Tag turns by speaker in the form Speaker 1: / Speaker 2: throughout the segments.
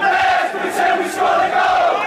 Speaker 1: Let's pretend we score the goal!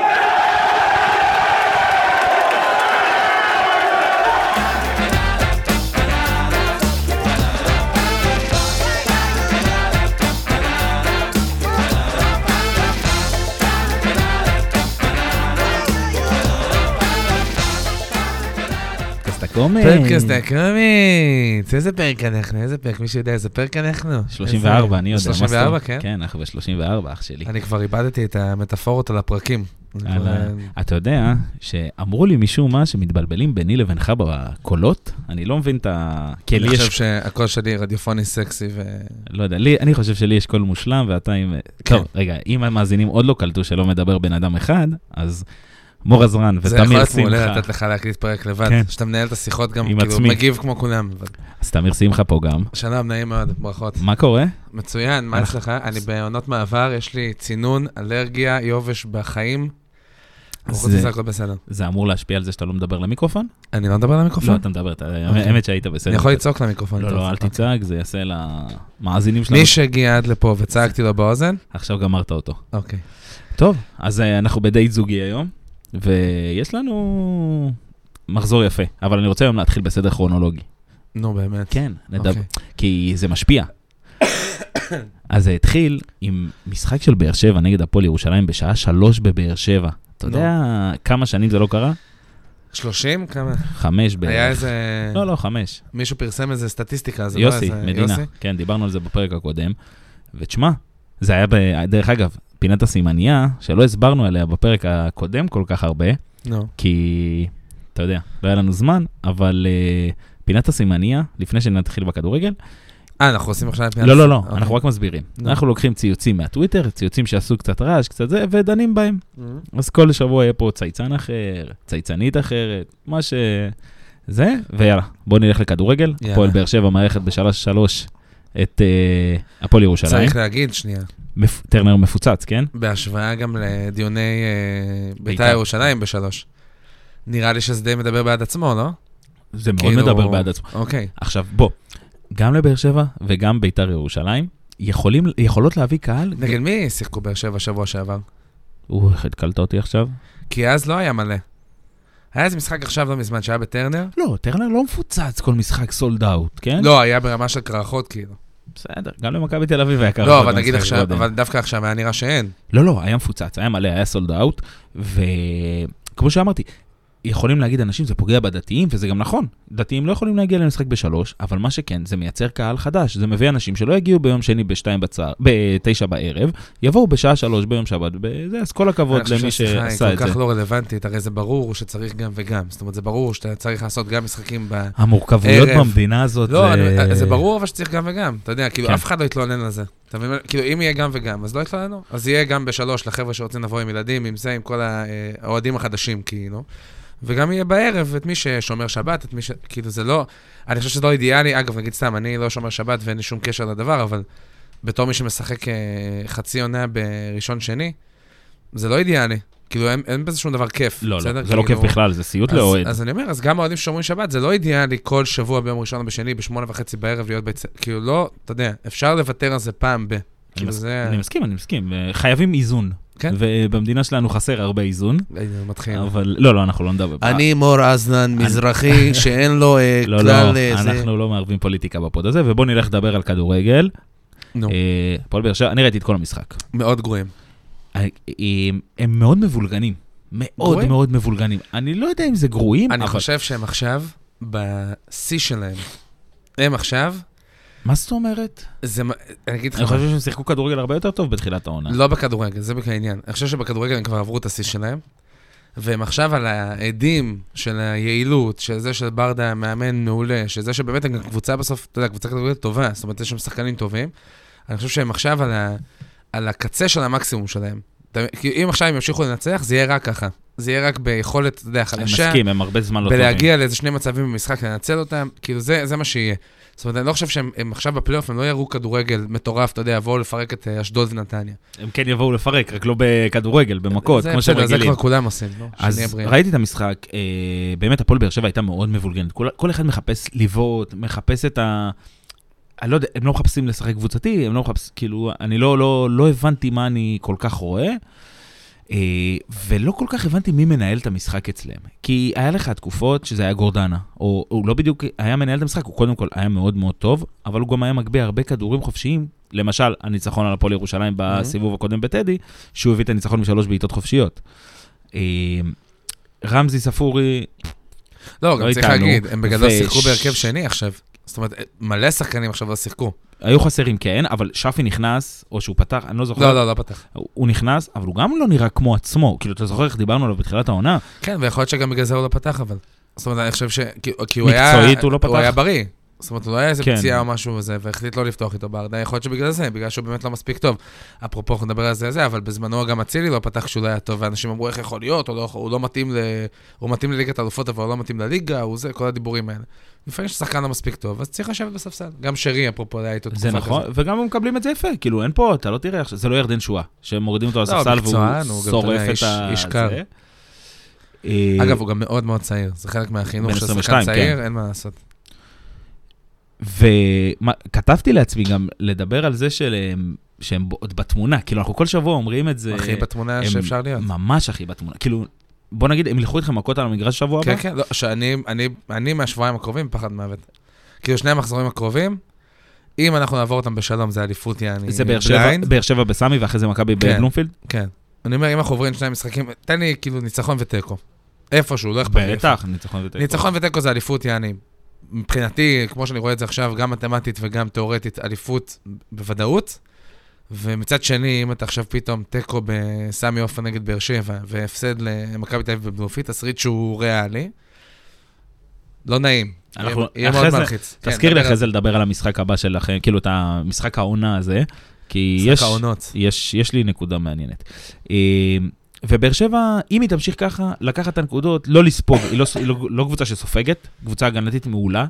Speaker 2: פודקאסט הקומי.
Speaker 3: פודקאסט הקומית, איזה פרק אנחנו, איזה פרק, מישהו יודע איזה פרק אנחנו?
Speaker 2: 34, אני יודע. מה זאת אומרת?
Speaker 3: 34, כן.
Speaker 2: כן, אנחנו ב-34, אח שלי.
Speaker 3: אני כבר איבדתי את המטאפורות על הפרקים. אני
Speaker 2: על
Speaker 3: כבר- אה,
Speaker 2: ה- אתה יודע שאמרו לי משום מה שמתבלבלים ביני לבינך בקולות? אני לא מבין את ה... כי לי
Speaker 3: אני חושב
Speaker 2: יש...
Speaker 3: שהקול שלי רדיופוני סקסי ו...
Speaker 2: לא יודע, לי- אני חושב שלי יש קול מושלם ואתה עם...
Speaker 3: כן.
Speaker 2: טוב, רגע, אם המאזינים עוד לא קלטו שלא מדבר בן אדם אחד, אז מור עזרן
Speaker 3: זה יכול
Speaker 2: ותמיר
Speaker 3: להיות מעולה
Speaker 2: שמחה.
Speaker 3: לתת לך להקליט פרק לבד,
Speaker 2: כן.
Speaker 3: שאתה מנהל את השיחות גם,
Speaker 2: עם
Speaker 3: כאילו
Speaker 2: עצמי.
Speaker 3: מגיב כמו כולם. אבל-
Speaker 2: אז תמיר שמחה פה גם.
Speaker 3: שלום, נעים מאוד, ברכות.
Speaker 2: מה קורה?
Speaker 3: מצוין, מה
Speaker 2: אנחנו-
Speaker 3: אצלך? אני בעונות מעבר, יש לי צינון, אלרגיה, יובש בחיים. חוץ
Speaker 2: זה-
Speaker 3: מזה הכל בסדר.
Speaker 2: זה אמור להשפיע על זה שאתה לא מדבר למיקרופון?
Speaker 3: אני לא מדבר
Speaker 2: לא,
Speaker 3: למיקרופון?
Speaker 2: אתה מדבר, אתה- האמת שהיית בסדר.
Speaker 3: אוקיי. אני יכול לצעוק למיקרופון.
Speaker 2: לא,
Speaker 3: טוב.
Speaker 2: לא, אל תצעק, זה יעשה למאזינים שלנו.
Speaker 3: מי שהגיע עד לפה וצעקתי לו באוזן,
Speaker 2: עכשיו גמרת אותו.
Speaker 3: אוקיי.
Speaker 2: טוב, אז אה, אנחנו בדייט זוגי היום, ויש לנו מחזור יפה, אבל אני רוצה היום להתחיל בסדר כרונולוגי.
Speaker 3: נו, באמת.
Speaker 2: כן, נדב,
Speaker 3: אוקיי.
Speaker 2: כי זה משפיע. אז זה התחיל עם משחק של באר שבע נגד הפועל ירושלים בשעה שלוש בבאר שבע. אתה יודע כמה שנים זה לא קרה?
Speaker 3: 30? כמה?
Speaker 2: חמש
Speaker 3: היה
Speaker 2: בערך.
Speaker 3: איזה...
Speaker 2: לא, לא, חמש.
Speaker 3: מישהו פרסם איזה סטטיסטיקה, אז לא אה,
Speaker 2: יוסי, מדינה. כן, דיברנו על זה בפרק הקודם. ותשמע, זה היה, ב- דרך אגב, פינת הסימנייה, שלא הסברנו עליה בפרק הקודם כל כך הרבה,
Speaker 3: נו.
Speaker 2: כי, אתה יודע, לא היה לנו זמן, אבל אה, פינת הסימניה, לפני שנתחיל בכדורגל,
Speaker 3: אה, אנחנו עושים עכשיו...
Speaker 2: לא, לא, לא,
Speaker 3: אוקיי.
Speaker 2: אנחנו רק מסבירים.
Speaker 3: נו.
Speaker 2: אנחנו לוקחים ציוצים מהטוויטר, ציוצים שעשו קצת רעש, קצת זה, ודנים בהם.
Speaker 3: אוקיי.
Speaker 2: אז כל שבוע יהיה פה צייצן אחר, צייצנית אחרת, מה ש... זה, ויאללה, בואו נלך לכדורגל.
Speaker 3: יאללה.
Speaker 2: הפועל באר שבע מארחת בשלוש שלוש את אה, הפועל ירושלים.
Speaker 3: צריך להגיד, שנייה,
Speaker 2: מפ- טרנר מפוצץ, כן?
Speaker 3: בהשוואה גם לדיוני אה, בית"ר
Speaker 2: בעיקר.
Speaker 3: ירושלים בשלוש. נראה לי שזה די מדבר בעד עצמו, לא?
Speaker 2: זה מאוד
Speaker 3: כאילו-
Speaker 2: מדבר בעד עצמו.
Speaker 3: אוקיי.
Speaker 2: עכשיו, בוא, גם לבאר שבע וגם ביתר ירושלים יכולים, יכולות להביא קהל.
Speaker 3: נגד מי שיחקו באר שבע שבוע שעבר?
Speaker 2: אוי, איך התקלת אותי עכשיו?
Speaker 3: כי אז לא היה מלא. היה איזה משחק עכשיו לא מזמן שהיה בטרנר?
Speaker 2: לא, טרנר לא מפוצץ כל משחק סולד אאוט, כן?
Speaker 3: לא, היה ברמה של קרחות, כאילו.
Speaker 2: בסדר, גם למכבי תל אביב היה קרה.
Speaker 3: לא,
Speaker 2: גם
Speaker 3: אבל נגיד
Speaker 2: משחק
Speaker 3: עכשיו,
Speaker 2: קודם.
Speaker 3: אבל דווקא עכשיו היה נראה שאין.
Speaker 2: לא, לא, היה מפוצץ, היה מלא, היה סולד אאוט, וכמו שאמרתי, יכולים להגיד אנשים, זה פוגע בדתיים, וזה גם נכון. דתיים לא יכולים להגיע למשחק בשלוש, אבל מה שכן, זה מייצר קהל חדש. זה מביא אנשים שלא יגיעו ביום שני בשתיים בצהר, בתשע בערב, יבואו בשעה שלוש ביום שבת, בזה, אז כל
Speaker 3: אני
Speaker 2: הכבוד
Speaker 3: חושב
Speaker 2: למי
Speaker 3: שהשיחה היא
Speaker 2: שעשה את זה.
Speaker 3: כל כך לא רלוונטית, הרי זה ברור שצריך גם וגם. זאת אומרת, זה ברור שאתה צריך לעשות גם משחקים ב...
Speaker 2: המורכבויות
Speaker 3: ערב.
Speaker 2: במדינה הזאת
Speaker 3: לא,
Speaker 2: זה...
Speaker 3: אני- זה ברור אבל שצריך גם וגם. אתה יודע, כאילו,
Speaker 2: כן.
Speaker 3: אף אחד לא יתלונן על זה. אתה מבין? כאילו, אם יהיה גם וגם, אז לא יתלוננו. אז יהיה גם בשלוש לחבר'ה שרוצים לבוא עם ילדים, עם זה, עם כל ה- אה, האוהדים החדשים, כאילו. וגם יהיה בערב את מי ששומר שבת, את מי ש... כאילו, זה לא... אני חושב שזה לא אידיאלי. אגב, נגיד סתם, אני לא שומר שבת ואין לי שום קשר לדבר, אבל בתור מי שמשחק אה, חצי עונה בראשון-שני, זה לא אידיאלי. כאילו, אין, אין בזה שום דבר כיף.
Speaker 2: לא,
Speaker 3: בסדר?
Speaker 2: לא, זה לא כיף
Speaker 3: כאילו,
Speaker 2: בכלל, זה סיוט
Speaker 3: אז-
Speaker 2: לאוהד.
Speaker 3: אז אני אומר, אז גם האוהדים ששומרים שבת, זה לא אידיאלי כל שבוע ביום ראשון או בשני, בשמונה וחצי בערב להיות בית... כאילו, לא, אתה יודע, אפשר לוותר על זה פעם ב... כאילו,
Speaker 2: מס-
Speaker 3: זה...
Speaker 2: אני מסכים, אני מסכים. אה, חייבים איזון.
Speaker 3: כן.
Speaker 2: ובמדינה שלנו חסר הרבה איזון,
Speaker 3: הנה, הוא מתחיל.
Speaker 2: אבל... לא, לא, אנחנו לא נדבר.
Speaker 3: מור אזנן, מזרחי, שאין לו אה,
Speaker 2: לא, לא, אנחנו לא מערבים פוליטיקה בפוד הזה, ובואו נלך לדבר על כדורגל.
Speaker 3: נו,
Speaker 2: אה, הפועל באר שבע, אני ראיתי את כל המשחק.
Speaker 3: מאוד גרועים.
Speaker 2: אה, הם- הם מאוד מבולגנים. מאוד
Speaker 3: גרועים?
Speaker 2: מאוד מבולגנים. אני לא יודע אם זה גרועים,
Speaker 3: אני
Speaker 2: אבל...
Speaker 3: חושב שהם עכשיו בשיא שלהם. הם עכשיו,
Speaker 2: מה זאת אומרת?
Speaker 3: זה... מה- אני אגיד לך...
Speaker 2: אני
Speaker 3: מה.
Speaker 2: חושב שהם שיחקו כדורגל הרבה יותר טוב בתחילת העונה.
Speaker 3: לא בכדורגל, זה בדיוק העניין. אני חושב שבכדורגל הם כבר עברו את השיא שלהם, והם עכשיו על העדים של היעילות, של זה של ברדה מאמן מעולה, של זה שבאמת הם גם קבוצה בסוף, אתה יודע, קבוצה כדורגל טובה, זאת אומרת, יש שם שחקנים טובים. אני חושב שהם עכשיו על, ה, על הקצה של המקסימום שלהם. אתה- כי אם עכשיו הם ימשיכו לנצח, זה יהיה רק ככה. זה יהיה רק ביכולת, אתה יודע,
Speaker 2: אני
Speaker 3: חלשה.
Speaker 2: מסכים, הם הרבה זמן לא טובים.
Speaker 3: בלהגיע לאיזה שני מצבים במשחק, לנצל אותם, כאילו זה, זה מה שיהיה. זאת אומרת, אני לא חושב שהם הם עכשיו בפלייאוף, הם לא יראו כדורגל מטורף, אתה יודע, יבואו לפרק את אה, אשדוד ונתניה.
Speaker 2: הם כן יבואו לפרק, רק לא בכדורגל, במכות,
Speaker 3: זה
Speaker 2: כמו שהם
Speaker 3: בסדר, זה
Speaker 2: רגילים.
Speaker 3: כבר כולם עושים, לא? שנהיה
Speaker 2: אז
Speaker 3: בריאים.
Speaker 2: ראיתי את המשחק, אה, באמת הפועל באר שבע הייתה מאוד מבולגנת. כל, כל אחד מחפש לבעוט, מחפש את ה... אני לא יודע, הם לא מחפשים לשחק קבוצתי, הם לא מחפשים, כאילו, אני לא, לא, לא הבנתי מה אני כל כך רואה, אה, ולא כל כך הבנתי מי מנהל את המשחק אצלם. כי היה לך תקופות שזה היה גורדנה, או הוא לא בדיוק היה מנהל את המשחק, הוא קודם כל היה מאוד מאוד טוב, אבל הוא גם היה מגביה הרבה כדורים חופשיים. למשל, הניצחון על הפועל ירושלים בסיבוב הקודם בטדי, שהוא הביא את הניצחון משלוש בעיטות חופשיות. אה, רמזי ספורי,
Speaker 3: לא, גם
Speaker 2: לא
Speaker 3: צריך
Speaker 2: איתנו.
Speaker 3: להגיד, הם בגדול
Speaker 2: וש-
Speaker 3: שיחקו בהרכב שני עכשיו. זאת אומרת, מלא שחקנים עכשיו לא שיחקו.
Speaker 2: היו חסרים, כן, אבל שפי נכנס, או שהוא פתח, אני לא זוכר.
Speaker 3: לא, לא, לא פתח.
Speaker 2: הוא הוא נכנס, אבל הוא גם לא נראה כמו עצמו. כאילו, אתה זוכר איך דיברנו עליו בתחילת העונה?
Speaker 3: כן, ויכול להיות שגם בגלל זה הוא לא פתח, אבל. זאת אומרת, אני חושב ש... כי- כי הוא היה...
Speaker 2: מקצועית הוא לא פתח?
Speaker 3: הוא היה בריא. זאת אומרת, הוא לא היה איזה
Speaker 2: כן.
Speaker 3: פציעה או משהו וזה, והחליט לא לפתוח איתו בהרדה, יכול להיות שבגלל זה, בגלל שהוא באמת לא מספיק טוב. אפרופו, אנחנו נדבר על זה, זה, אבל בזמנו גם אצילי לא פתח כשהוא לא היה טוב, ואנשים אמרו, איך יכול להיות, הוא לא, הוא לא מתאים ל... הוא מתאים לליגת האלופות, אבל הוא לא מתאים לליגה, הוא זה, כל הדיבורים האלה. לפעמים כששחקן לא מספיק טוב, אז צריך לשבת בספסל. גם שרי, אפרופו, היה איתו
Speaker 2: זה
Speaker 3: תקופה
Speaker 2: נכון, וגם הם מקבלים את זה יפה. כאילו, אין פה, אתה לא תראה עכשיו, זה לא ירדן שואה, שהם מורידים אותו לספסל
Speaker 3: לא, מקצוען,
Speaker 2: והוא
Speaker 3: הוא גם, אתה יודע,
Speaker 2: שורף את
Speaker 3: איש-
Speaker 2: ה...
Speaker 3: איש קר.
Speaker 2: זה. אה,
Speaker 3: כזאת. אגב, הוא גם מאוד מאוד צעיר, זה חלק מהחינוך
Speaker 2: בן כן.
Speaker 3: של
Speaker 2: 22,
Speaker 3: שחקן צעיר, אין מה לעשות.
Speaker 2: וכתבתי לעצמי גם לדבר על זה שלהם- שהם ב- עוד בתמונה. כאילו, אנחנו כל שבוע אומרים את זה.
Speaker 3: הכי בתמונה
Speaker 2: הם
Speaker 3: שאפשר להיות.
Speaker 2: ממש הכי בתמונה. כאילו, בוא נגיד, הם ילכו איתכם מכות על המגרש שבוע הבא?
Speaker 3: כן, כן, לא, שאני, אני, אני מהשבועיים הקרובים פחד מוות. כאילו, שני המחזורים הקרובים, אם אנחנו נעבור אותם בשלום, זה אליפות יעני.
Speaker 2: זה באר שבע-
Speaker 3: כן, בליינד.
Speaker 2: באר שבע בסמי ואחרי זה מכבי
Speaker 3: כן.
Speaker 2: בבלומפילד?
Speaker 3: כן. אני אומר, אם אנחנו עוברים שני משחקים, תן לי כאילו ניצחון ותיקו. איפשהו, לא אכפת לי. איפה.
Speaker 2: בטח, ניצחון ותיקו.
Speaker 3: ניצחון ותיקו זה אליפות יעני. מבחינתי, כמו שאני רואה את זה עכשיו, גם מתמטית וגם תיאורטית, אליפות בוודאות. ומצד שני, אם אתה עכשיו פתאום תיקו בסמי עופר נגד באר שבע, והפסד למכבי תל אביב בבלופי, תסריט שהוא ריאלי, לא נעים.
Speaker 2: אנחנו-
Speaker 3: יהיה- יהיה
Speaker 2: אחרי
Speaker 3: מאוד
Speaker 2: זה-
Speaker 3: מלחיץ. כן,
Speaker 2: תזכיר לי
Speaker 3: דבר
Speaker 2: אחרי
Speaker 3: על
Speaker 2: זה לדבר על המשחק הבא שלכם, כאילו את המשחק העונה הזה, כי
Speaker 3: משחק
Speaker 2: יש,
Speaker 3: העונות.
Speaker 2: יש, יש לי נקודה מעניינת. אה, ובאר שבע, אם היא תמשיך ככה, לקחת את הנקודות, לא לספוג, היא לא, ס- היא לא, לא קבוצה שסופגת, קבוצה הגנתית מעולה,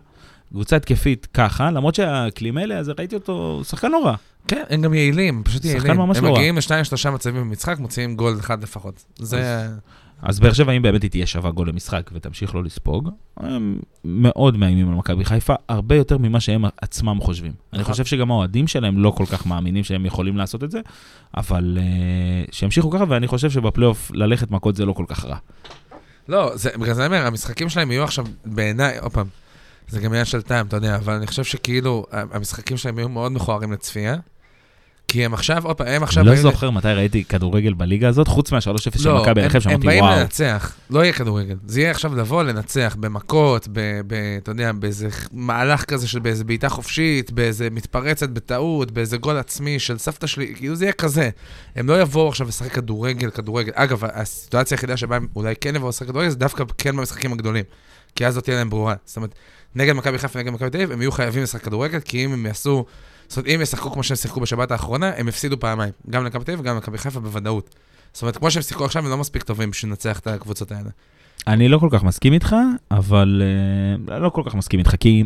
Speaker 2: קבוצה התקפית ככה, למרות שהכלים האלה, אז ראיתי אותו, הוא שחקן נורא.
Speaker 3: כן, הם גם יעילים, פשוט
Speaker 2: שחקן
Speaker 3: יעילים.
Speaker 2: ממש
Speaker 3: הם
Speaker 2: לא רע.
Speaker 3: מגיעים לשניים, שלושה מצבים במשחק, מוציאים גול אחד לפחות. זה...
Speaker 2: אז באר שבע, אם באמת היא תהיה שווה גול למשחק ותמשיך לא לספוג, הם מאוד מאיימים על מכבי חיפה, הרבה יותר ממה שהם עצמם חושבים. אני
Speaker 3: נכון.
Speaker 2: חושב שגם האוהדים שלהם לא כל כך מאמינים שהם יכולים לעשות את זה, אבל אה, שימשיכו ככה, ואני חושב שבפלייאוף ללכת מכות זה לא כל כך רע.
Speaker 3: לא, זה, בגלל זה אני אומר, המשחקים שלהם יהיו עכשיו, בעיניי, עוד פעם, זה גם עניין של טעם, אתה יודע, אבל אני חושב שכאילו, ה- המשחקים שלהם יהיו מאוד מכוערים לצפייה, כי הם עכשיו, עוד פעם, הם עכשיו...
Speaker 2: אני לא
Speaker 3: באים ל-
Speaker 2: זוכר מתי ראיתי כדורגל בליגה הזאת, חוץ מה-3-0 של
Speaker 3: לא,
Speaker 2: מכבי
Speaker 3: הם-
Speaker 2: ירחב,
Speaker 3: הם
Speaker 2: שאמרתי
Speaker 3: באים
Speaker 2: וואו.
Speaker 3: לנצח, לא יהיה כדורגל. זה יהיה עכשיו לבוא, לנצח במכות, ב- ב- אתה יודע, באיזה מהלך כזה של באיזה בעיטה חופשית, באיזה מתפרצת בטעות, באיזה גול עצמי של סבתא שלי, כאילו זה יהיה כזה. הם לא יבואו עכשיו לשחק כדורגל, כדורגל. אגב, הסיטואציה היחידה שבה הם אולי כן יבואו לשחק כדורגל, זה דווקא כן במשחקים הגדולים. כי אז לא תהיה להם ברורה. זאת אומרת, נגד מכבי חיפה, נגד מכבי תל אביב, הם יהיו חייבים לשחק כדורגל, כי אם הם יעשו... זאת אומרת, אם ישחקו כמו שהם שיחקו בשבת האחרונה, הם יפסידו פעמיים. גם למכבי תל אביב וגם למכבי חיפה בוודאות. זאת אומרת, כמו שהם שיחקו עכשיו, הם לא מספיק טובים בשביל לנצח את הקבוצות האלה.
Speaker 2: אני לא כל כך מסכים איתך, אבל אה, לא כל כך מסכים איתך, כי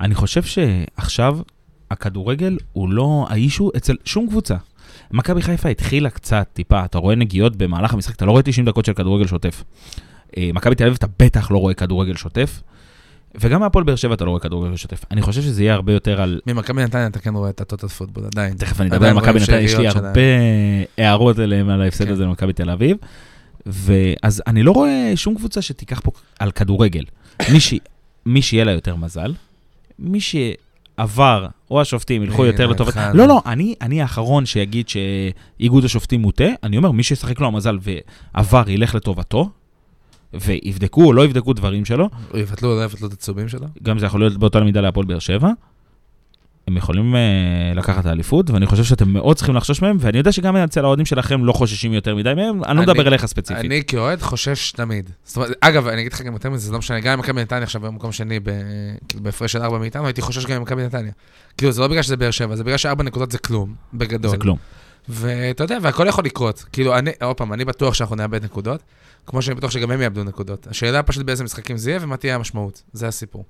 Speaker 2: אני חושב שעכשיו הכדורגל הוא לא האישו אצל שום קבוצה. מכבי חיפה התחילה קצת, טיפה, אתה רואה נגיעות במהלך המשחק, אתה לא רואה 90 דקות של כדורגל שוטף. אה, מכבי תל אביב אתה בטח לא רואה כדורגל שוטף, וגם מהפועל באר שבע אתה לא רואה כדורגל שוטף. אני חושב שזה יהיה הרבה יותר על...
Speaker 3: ממכבי נתניה אתה כן רואה את הטוטל פוטבול, עדיין.
Speaker 2: תכף אני אדבר
Speaker 3: עדיין
Speaker 2: על מכבי
Speaker 3: רואים
Speaker 2: נתניה, יש לי
Speaker 3: שאריות
Speaker 2: הרבה הערות אליהם על ההפסד
Speaker 3: כן.
Speaker 2: הזה למכבי תל אביב. ואז אני לא רואה שום קבוצה שתיקח פה על כדורגל. מי ש- מי שיהיה לה יותר מזל, מי שעבר, או השופטים ילכו
Speaker 3: מי
Speaker 2: יותר לטובת...
Speaker 3: נלחץ?
Speaker 2: לא, לא, אני אני האחרון שיגיד שאיגוד השופטים מוטה, אני אומר, מי שישחק לו המזל ועבר ילך לטובתו, ויבדקו או לא יבדקו דברים שלו,
Speaker 3: יבטלו או לא יבטלו את הצהובים שלו?
Speaker 2: גם זה יכול להיות באותה מידה להפועל באר שבע. הם יכולים אה, לקחת את האליפות, ואני חושב שאתם מאוד צריכים לחשוש מהם, ואני יודע שגם אצל האוהדים שלכם לא חוששים יותר מדי מהם, אני לא
Speaker 3: אני-
Speaker 2: מדבר אליך ספציפית.
Speaker 3: אני כאוהד חושש תמיד. זאת אומרת, אגב, אני אגיד לך גם יותר מזה, זה לא משנה, גם אם מכבי נתניה עכשיו במקום שני, ב- כאילו בהפרש של ארבע מאיתנו, הייתי חושש גם עם מכבי נתניה. כאילו, זה לא בגלל שזה באר שבע, זה בגלל שארבע נקודות זה כלום, בגדול.
Speaker 2: זה כלום.
Speaker 3: ואתה יודע, והכל יכול לקרות. כאילו, אני, עוד פעם, אני בטוח שאנחנו נאבד נקודות, כמו שאני בטוח שגם הם יאבדו נקודות. השאלה פשוט באיזה משחקים זה יהיה ומה תהיה המשמעות. זה הסיפור.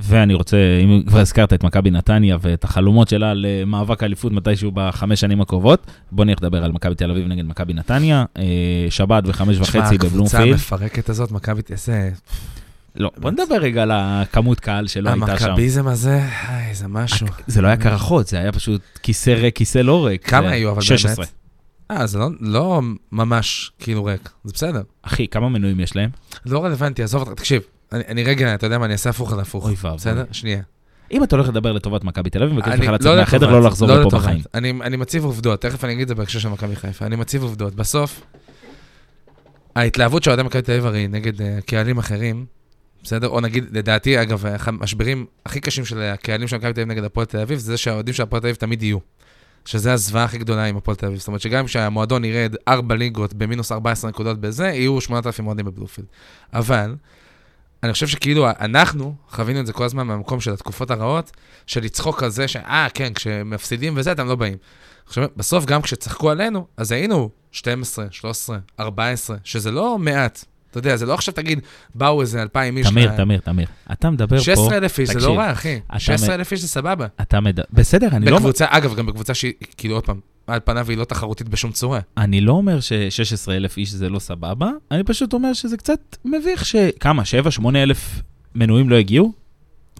Speaker 2: ואני רוצה, אם כבר הזכרת את מכבי נתניה ואת החלומות שלה על אה, מאבק האליפות מתישהו בחמש שנים הקרובות, בוא נלך לדבר על מכבי תל אביב נגד מכבי נתניה, אה, שבת וחמש וחצי
Speaker 3: הקבוצה
Speaker 2: בבלומפילד.
Speaker 3: המפרקת הזאת, מכבי, איזה...
Speaker 2: לא, בוא נדבר רגע על הכמות קהל שלא לא הייתה שם.
Speaker 3: המכביזם הזה, איי, זה משהו.
Speaker 2: זה לא היה קרחות, זה היה פשוט כיסא ריק, כיסא לא ריק.
Speaker 3: כמה
Speaker 2: זה-
Speaker 3: היו אבל
Speaker 2: 16.
Speaker 3: באמת? אה, זה לא- לא ממש כאילו ריק, זה בסדר.
Speaker 2: אחי, כמה מנויים יש להם?
Speaker 3: לא רלוונטי, עזוב אותך, תקשיב. אני, אני רגע, אתה יודע מה, אני אעשה הפוך על הפוך.
Speaker 2: אוי ואבוי.
Speaker 3: בסדר? שנייה.
Speaker 2: אם אתה הולך לדבר לטובת מכבי תל אביב, אני מבקש
Speaker 3: אני-
Speaker 2: לך לצאת מהחדר,
Speaker 3: לטובת,
Speaker 2: לא לחזור
Speaker 3: לא
Speaker 2: לפה
Speaker 3: לטובת.
Speaker 2: בחיים.
Speaker 3: אני, אני מציב עובדות, תכף אני אגיד את זה בהקשר של מכבי חיפה. אני מציב עובדות. בסוף, ההתלהבות של אוהדי מכבי תל אביב הרי נגד אה, קהלים אחרים, בסדר? או נגיד, לדעתי, אגב, אחד המשברים הכי קשים של הקהלים של מכבי תל אביב נגד הפועל תל אביב, זה שהאוהדים של הפועל תל אביב תמיד יהיו. שזה הזוועה הכי גדולה עם הפועל תל אביב. זאת אומרת שגם כשהמועדון ירד 4 ליגות במינוס 14 נקודות בזה, יהיו 8,000 אוהדים בבלומפילד. אבל, אני חושב שכאילו אנחנו חווינו את זה כל הזמן מהמקום של התקופות הרעות, של לצחוק על זה ש... אה, כן, כשמפסידים וזה, אתם לא באים. עכשיו, בסוף גם כשצחקו עלינו, אז היינו 12, 13, 14, שזה לא מעט. אתה יודע, זה לא עכשיו תגיד, באו איזה 2,000 איש.
Speaker 2: תמיר,
Speaker 3: ל-
Speaker 2: תמיר, תמיר. אתה מדבר פה...
Speaker 3: 16,000 איש, זה
Speaker 2: תקשיב,
Speaker 3: לא רע, אחי.
Speaker 2: אתה
Speaker 3: 16,000 איש זה סבבה.
Speaker 2: אתה מדבר... בסדר, אני לא...
Speaker 3: בקבוצה, אגב, גם בקבוצה שהיא, כאילו, עוד פעם, על פניו היא לא תחרותית בשום צורה.
Speaker 2: אני לא אומר ש-16 אלף איש זה לא סבבה, אני פשוט אומר שזה קצת מביך שכמה, 7-8 אלף מנויים לא הגיעו?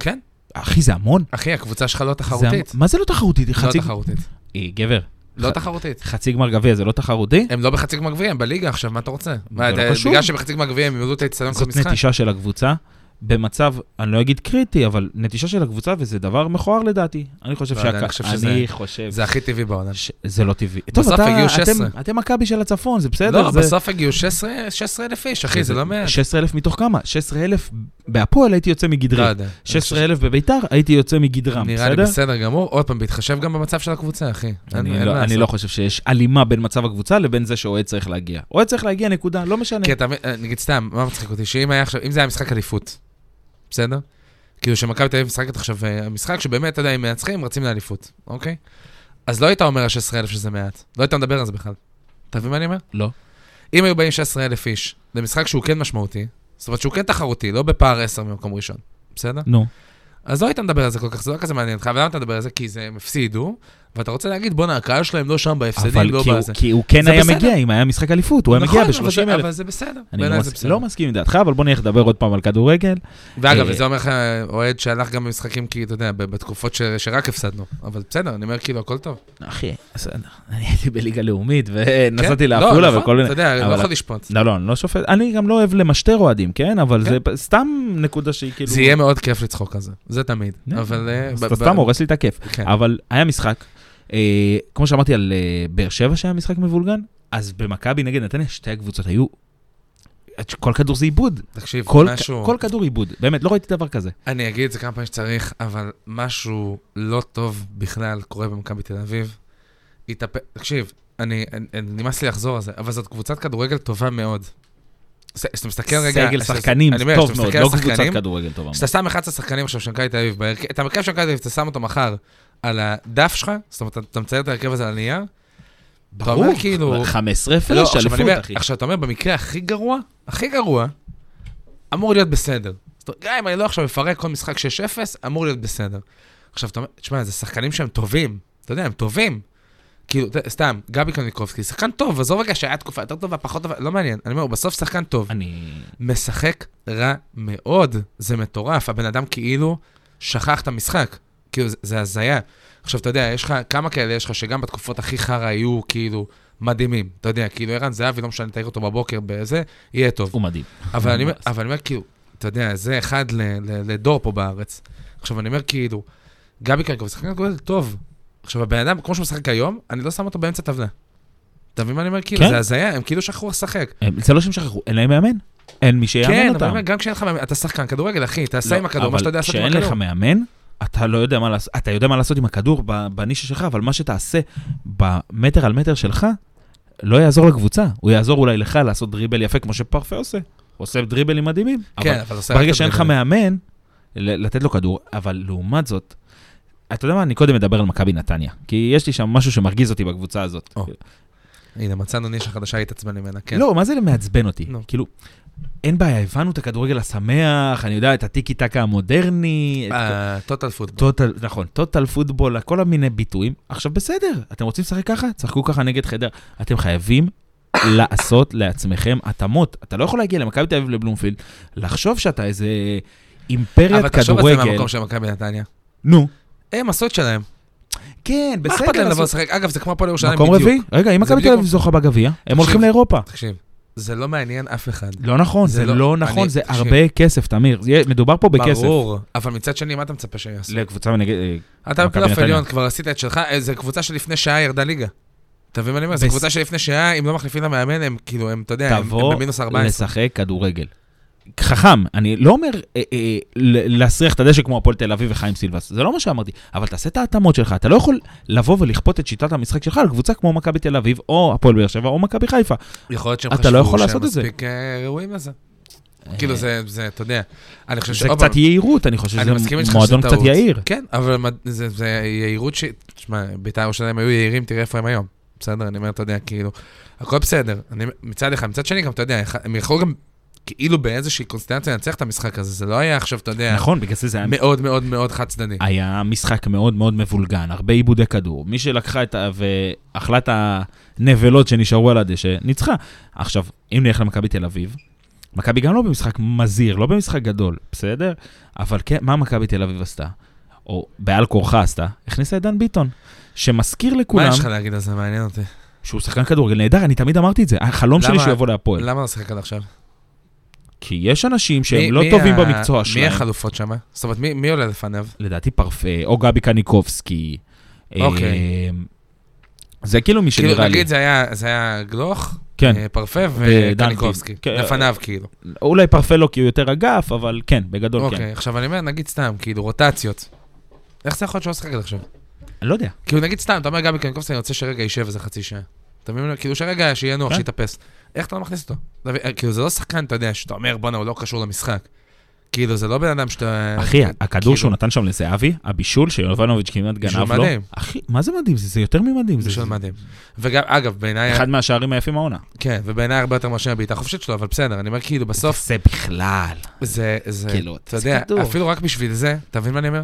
Speaker 3: כן.
Speaker 2: אחי, זה המון.
Speaker 3: אחי, הקבוצה שלך לא
Speaker 2: זה המון.
Speaker 3: תחרותית.
Speaker 2: מה זה לא תחרותית? היא
Speaker 3: לא
Speaker 2: חצי...
Speaker 3: תחרותית.
Speaker 2: אה, גבר,
Speaker 3: לא
Speaker 2: ח-
Speaker 3: תחרותית.
Speaker 2: חצי גמר גביע זה לא תחרותי?
Speaker 3: הם לא בחצי גמר גביע, הם בליגה עכשיו, מה אתה רוצה? מה,
Speaker 2: לא
Speaker 3: אתה-
Speaker 2: קשור.
Speaker 3: בגלל שבחצי גמר גביע הם ימלאו את האצטדיון כל
Speaker 2: זאת
Speaker 3: משחק?
Speaker 2: נטישה של הקבוצה. במצב, אני לא אגיד קריטי, אבל נטישה של הקבוצה, וזה דבר מכוער לדעתי. אני חושב
Speaker 3: לא יודע,
Speaker 2: שהק-
Speaker 3: אני חושב
Speaker 2: אני חושב...
Speaker 3: זה הכי טבעי בעולם.
Speaker 2: ש- זה לא טבעי. טוב,
Speaker 3: בסוף
Speaker 2: אתה-
Speaker 3: הגיעו
Speaker 2: אתם-
Speaker 3: 16.
Speaker 2: אתם מכבי של הצפון, זה בסדר.
Speaker 3: לא,
Speaker 2: זה-
Speaker 3: בסוף הגיעו 16 אלף איש, אחי, זה לא מעט.
Speaker 2: 16,000 מתוך כמה? 16,000 בהפועל הייתי יוצא
Speaker 3: לא
Speaker 2: מגדרי.
Speaker 3: יודע. אני חושב
Speaker 2: 16,000 בביתר הייתי יוצא
Speaker 3: שזה-
Speaker 2: מגדרם,
Speaker 3: נראה לי
Speaker 2: בסדר?
Speaker 3: בסדר גמור. עוד פעם, בהתחשב גם במצב של הקבוצה, אחי. אין-
Speaker 2: אני
Speaker 3: אין
Speaker 2: לא-
Speaker 3: מה
Speaker 2: אני
Speaker 3: לעשות.
Speaker 2: לא חושב שיש הלימה בין מצב הקבוצה לבין זה שאוהד צריך להגיע. אוהד צריך להגיע, נקודה, לא משנה.
Speaker 3: כי אתה מבין, אה, נגיד סתם, מה מצחיק אותי? שאם היה עכשיו, אם זה היה משחק אליפות, בסדר? כאילו שמכבי תל אביב משחקת עכשיו, אה, המשחק שבאמת, אתה יודע, אם מנצחים, רצים לאליפות, אוקיי? אז לא היית אומר ה-16,000 שזה מעט. לא היית מדבר על זה בכלל. אתה מבין מה אני אומר?
Speaker 2: לא.
Speaker 3: אם היו באים 16,000 איש למשחק שהוא כן משמעותי, זאת אומרת שהוא כן תחרותי, לא בפער 10 ממקום ראשון, בסדר?
Speaker 2: נו,
Speaker 3: אז לא היית מדבר על זה כל כך, זה לא כזה מעניין אותך, אבל למה אתה מדבר על זה? כי זה הם הפסידו, ואתה רוצה להגיד, בואנה, הקהל שלהם לא שם בהפסדים,
Speaker 2: אבל
Speaker 3: לא
Speaker 2: כי הוא-
Speaker 3: בזה.
Speaker 2: כי הוא כן
Speaker 3: זה
Speaker 2: היה
Speaker 3: בסדר.
Speaker 2: מגיע, אם היה משחק אליפות, הוא היה
Speaker 3: נכון,
Speaker 2: מגיע
Speaker 3: אבל זה-
Speaker 2: ב-30,000.
Speaker 3: אבל זה בסדר.
Speaker 2: אני
Speaker 3: בעיניי
Speaker 2: לא
Speaker 3: זה
Speaker 2: מס-
Speaker 3: בסדר.
Speaker 2: לא מסכים עם דעתך, אבל בוא נלך לדבר עוד פעם על כדורגל.
Speaker 3: ואגב,
Speaker 2: אה,
Speaker 3: זה אומר לך אוהד שהלך גם במשחקים, כי אתה יודע, ב- בתקופות ש- שרק הפסדנו. אבל בסדר, אני אומר כאילו, הכל טוב.
Speaker 2: אחי, בסדר, אני הייתי בליגה לאומית, ונסעתי
Speaker 3: כן?
Speaker 2: לעפולה
Speaker 3: לא,
Speaker 2: וכל
Speaker 3: נכון,
Speaker 2: מיני...
Speaker 3: אתה יודע,
Speaker 2: אבל-
Speaker 3: לא יכול לשפוט.
Speaker 2: לא, לא, אני לא שופט, אני גם לא אוהב למשטר אוהדים, כן? אבל
Speaker 3: כן.
Speaker 2: זה פ- סתם נקודה שהיא כאילו...
Speaker 3: זה יהיה מאוד כיף לצחוק על זה, זה תמיד.
Speaker 2: כן.
Speaker 3: אבל... אה,
Speaker 2: אז
Speaker 3: ב-
Speaker 2: אתה
Speaker 3: ב-
Speaker 2: סתם הורס לי את הכיף.
Speaker 3: כן.
Speaker 2: אבל היה משחק, אה, כמו שאמרתי על אה, באר שבע שהיה משחק מבולגן, אז במכבי נגד נתניה שתי הקבוצות היו... כל כדור זה עיבוד,
Speaker 3: תקשיב,
Speaker 2: כל,
Speaker 3: משהו...
Speaker 2: כל כדור עיבוד, באמת, לא ראיתי דבר כזה.
Speaker 3: אני אגיד את זה כמה פעמים שצריך, אבל משהו לא טוב בכלל קורה במכבי תל אביב. התאפ... תקשיב, אני, אני, אני נמאס לי לחזור על זה, אבל זאת קבוצת כדורגל טובה מאוד. ס- כשאתה מסתכל כן, רגע...
Speaker 2: סגל
Speaker 3: כשאתה-
Speaker 2: שחקנים
Speaker 3: אני אומר,
Speaker 2: טוב
Speaker 3: כשאתה
Speaker 2: מאוד,
Speaker 3: מסתכל
Speaker 2: לא
Speaker 3: על
Speaker 2: קבוצת
Speaker 3: שחקנים,
Speaker 2: כדורגל טובה.
Speaker 3: כשאתה שם 11 שחקנים עכשיו של מכבי תל אביב, בהרכב- את המרכב של מכבי תל אביב, אתה שם אותו מחר על הדף שלך, זאת אומרת, אתה- אתה מצייר את ההרכב הזה על הנייר,
Speaker 2: מאוד.
Speaker 3: אתה אומר,
Speaker 2: ברור,
Speaker 3: כאילו-
Speaker 2: 15
Speaker 3: לא,
Speaker 2: הפרש,
Speaker 3: עכשיו אני
Speaker 2: אליפות,
Speaker 3: אומר-
Speaker 2: אחי.
Speaker 3: עכשיו, אתה אומר, במקרה הכי גרוע, הכי גרוע, אמור להיות בסדר. זאת אומרת, גם אם אני לא עכשיו אפרק כל משחק 6-0, אמור להיות בסדר. עכשיו, אתה אומר, תשמע, זה שחקנים שהם טובים. אתה יודע, הם טובים. כאילו, אתה- סתם, גבי קניקובסקי, שחקן טוב, עזוב רגע שהיה תקופה יותר טובה, פחות טובה, לא מעניין. אני אומר, הוא בסוף שחקן טוב.
Speaker 2: אני...
Speaker 3: משחק רע מאוד, זה מטורף. הבן אדם כאילו שכח את המשחק. כאילו, זה- זה הזיה. עכשיו, אתה יודע, יש לך, כמה כאלה יש לך שגם בתקופות הכי חרא היו כאילו מדהימים. אתה יודע, כאילו, ערן זהבי, לא משנה, תעיר אותו בבוקר בזה, יהיה טוב.
Speaker 2: הוא מדהים.
Speaker 3: אבל אני אומר, אבל אני אומר, כאילו, אתה יודע, זה אחד ל- ל- לדור פה בארץ. עכשיו, אני אומר, כאילו, גבי קרקוב, שחקן כדורגל טוב. עכשיו, הבן אדם, כמו שהוא משחק היום, אני לא שם אותו באמצע טבלה. אתה מבין מה אני אומר? כאילו,
Speaker 2: כן.
Speaker 3: זה הזיה, הם כאילו שכחו לשחק.
Speaker 2: הם- זה לא שהם שכחו, אין להם מאמן. אין מי שיאמן
Speaker 3: כן, אבל אני
Speaker 2: אותם. לא,
Speaker 3: אומר, גם כשאין לך, מאמן, אתה שחקן כדורגל, אחי, תעשה עם הכדור, מה
Speaker 2: אבל
Speaker 3: שאתה יודע לעשות עם
Speaker 2: כשאין לך
Speaker 3: הכדור.
Speaker 2: מאמן, אתה לא יודע מה לעשות, אתה יודע מה לעשות עם הכדור ב- בנישה שלך, אבל מה שתעשה במטר על מטר שלך, לא יעזור לקבוצה. הוא יעזור אולי לך לעשות דריבל יפה כמו שפרפה עושה. הוא עושה דריבלים מדהימים.
Speaker 3: כן,
Speaker 2: אבל
Speaker 3: אבל עושה...
Speaker 2: ברגע
Speaker 3: רק
Speaker 2: שאין לך
Speaker 3: כדורגל.
Speaker 2: מאמן, ל- לתת לו כדור, אבל לעומת זאת, אתה יודע מה, אני קודם מדבר על מכבי נתניה, כי יש לי שם משהו שמרגיז אותי בקבוצה הזאת.
Speaker 3: או. הנה, מצאנו נישה חדשה, התעצבן ממנה, כן.
Speaker 2: לא, מה זה מעצבן אותי?
Speaker 3: נו.
Speaker 2: כאילו, אין בעיה, הבנו את הכדורגל השמח, אני יודע, את הטיקי טקה המודרני, את
Speaker 3: אה,
Speaker 2: כל-
Speaker 3: טוטל פוטבול.
Speaker 2: טוטל, נכון, טוטל פוטבול, כל המיני ביטויים. עכשיו בסדר, אתם רוצים לשחק ככה? תשחקו ככה נגד חדר. אתם חייבים לעשות לעצמכם התאמות. אתה לא יכול להגיע למכבי תל אביב לבלומפילד, לחשוב שאתה איזה אימפריית
Speaker 3: אבל תחשוב על זה
Speaker 2: כדורגל.
Speaker 3: מהמקום של מכבי נתניה.
Speaker 2: נו,
Speaker 3: הם עשו את שלהם.
Speaker 2: כן,
Speaker 3: מה
Speaker 2: בסדר.
Speaker 3: אכפת להם לבוא
Speaker 2: לעשות-
Speaker 3: לשחק? אגב, זה כמו הפועל ירושלים בדיוק.
Speaker 2: מקום רביעי? רגע, אם מכבי תל
Speaker 3: בדיוק-
Speaker 2: אביב זוכה בגביע, הם הולכים לאירופה.
Speaker 3: תקשיב, זה לא מעניין אף אחד.
Speaker 2: לא נכון,
Speaker 3: זה
Speaker 2: זה
Speaker 3: לא-
Speaker 2: לא
Speaker 3: אני-
Speaker 2: נכון, זה
Speaker 3: תקשיב.
Speaker 2: הרבה כסף, תמיר. זה- מדובר פה לא בכסף.
Speaker 3: ברור, אבל מצד שני, מה אתה מצפה שהם יעשו?
Speaker 2: לקבוצה מנגד... אה, מכבי
Speaker 3: אתה בפלייאוף
Speaker 2: נתניה.
Speaker 3: עליון, כבר עשית את שלך, אה, זו קבוצה שלפני שעה ירדה ליגה. אתה מבין מה אני אומר? זו
Speaker 2: בס-
Speaker 3: קבוצה שלפני שעה, אם לא מחליפים למאמן, הם כאילו, הם, אתה יודע, הם הם
Speaker 2: תבוא
Speaker 3: במינוס 14.
Speaker 2: לשחק כדורגל. חכם, אני לא אומר אה, אה, ל- להסריח את הדשא כמו הפועל תל אביב וחיים סילבס, זה לא מה שאמרתי, אבל תעשה את ההתאמות שלך, אתה לא יכול לבוא ולכפות את שיטת המשחק שלך על קבוצה כמו מכבי תל אביב, או הפועל באר שבע, או מכבי חיפה.
Speaker 3: יכול להיות שהם
Speaker 2: אתה
Speaker 3: חשבו
Speaker 2: לא יכול
Speaker 3: שהם
Speaker 2: לעשות את זה.
Speaker 3: מספיק אה, ראויים לזה. כאילו, זה, זה, אתה יודע, אני חושב
Speaker 2: אה, זה
Speaker 3: שעוד
Speaker 2: קצת
Speaker 3: פעם,
Speaker 2: יהירות, אני חושב
Speaker 3: אני
Speaker 2: שזה
Speaker 3: מסכים איתך
Speaker 2: מועדון
Speaker 3: שזה
Speaker 2: קצת
Speaker 3: טעות.
Speaker 2: יהיר.
Speaker 3: כן, אבל מה- זה זה יהירות ש... תשמע, בית"ר ירושלים היו יהירים, תראה איפה הם היום. בסדר, אני אומר, אתה יודע, כאילו, הכל בסדר. אני מצד אחד, מצד שני גם, אתה יודע, הם יכלו גם כאילו באיזושהי קונסטלציה לנצח את המשחק הזה, זה לא היה עכשיו, אתה יודע,
Speaker 2: נכון, אה, בגלל זה זה היה
Speaker 3: מאוד מאוד מאוד חד צדדי.
Speaker 2: היה משחק מאוד מאוד מבולגן, הרבה עיבודי כדור. מי שלקחה את ה... ואכלה את הנבלות שנשארו על הדשא, ניצחה. עכשיו, אם נלך למכבי תל אביב, מכבי גם לא במשחק מזהיר, לא במשחק גדול, בסדר? אבל כן, מה מכבי תל אביב עשתה? או בעל כורחה עשתה? הכניסה את דן ביטון, שמזכיר
Speaker 3: מה
Speaker 2: לכולם
Speaker 3: יש לך להגיד על זה? מעניין אותי.
Speaker 2: שהוא שחקן כדורגל נהדר, אני תמיד אמרתי את זה, החלום שלי
Speaker 3: למה-
Speaker 2: שהוא יבוא להפועל.
Speaker 3: למה לשחק עד עכשיו?
Speaker 2: כי יש אנשים
Speaker 3: מי-
Speaker 2: שהם לא
Speaker 3: מי
Speaker 2: טובים
Speaker 3: ה-
Speaker 2: במקצוע
Speaker 3: מי
Speaker 2: שלהם.
Speaker 3: החלופות שם? זאת אומרת, מי- מי עולה לפניו?
Speaker 2: לדעתי פרפה, או גבי קניקובסקי. אה,
Speaker 3: אוקיי.
Speaker 2: זה כאילו מי
Speaker 3: כאילו,
Speaker 2: שנראה לי.
Speaker 3: נגיד, זה היה- זה היה גלוך,
Speaker 2: כן,
Speaker 3: אה, פרפה
Speaker 2: ודן
Speaker 3: וקניקובסקי.
Speaker 2: ביטון. כן,
Speaker 3: לפניו, כאילו.
Speaker 2: אולי פרפה לא כי הוא יותר אגף, אבל כן, בגדול כן.
Speaker 3: אוקיי, עכשיו אני אומר, נגיד סתם, כאילו, רוטציות. איך זה יכול להיות שהוא לא שחק עד עכשיו?
Speaker 2: אני לא יודע.
Speaker 3: כאילו, נגיד סתם, אתה אומר, גבי קניקובסקי, אני רוצה שרגע יישב איזה חצי שעה. אתה מבין? כאילו, שרגע שינוח,
Speaker 2: כן.
Speaker 3: שיתאפס. איך אתה לא מכניס אותו? אתה מבין? כאילו, זה לא שחקן, אתה יודע, שאתה אומר, בואנה, הוא לא קשור למשחק. כאילו, זה לא בן אדם שאתה...
Speaker 2: אחי, אה, הכדור
Speaker 3: כאילו-
Speaker 2: שהוא נתן שם לזהבי, הבישול שיובנוביץ' כמעט
Speaker 3: בישול
Speaker 2: גנב לו.
Speaker 3: מדהים.
Speaker 2: אחי, מה זה מדהים? זה זה יותר ממדהים. זה-
Speaker 3: זה
Speaker 2: זה-
Speaker 3: מדהים. וגם, אגב, בעיניי,
Speaker 2: אה, אחד מהשערים היפים העונה.
Speaker 3: כן, ובעיניי הרבה יותר מאשר הבעיטה החופשית שלו, אבל בסדר, אני אומר, כאילו, בסוף,
Speaker 2: זה בכלל.
Speaker 3: זה, זה,
Speaker 2: כאילו,
Speaker 3: אה, אתה
Speaker 2: זה
Speaker 3: יודע,
Speaker 2: כדור.
Speaker 3: אפילו רק בשביל זה, אתה מבין מה אני אומר?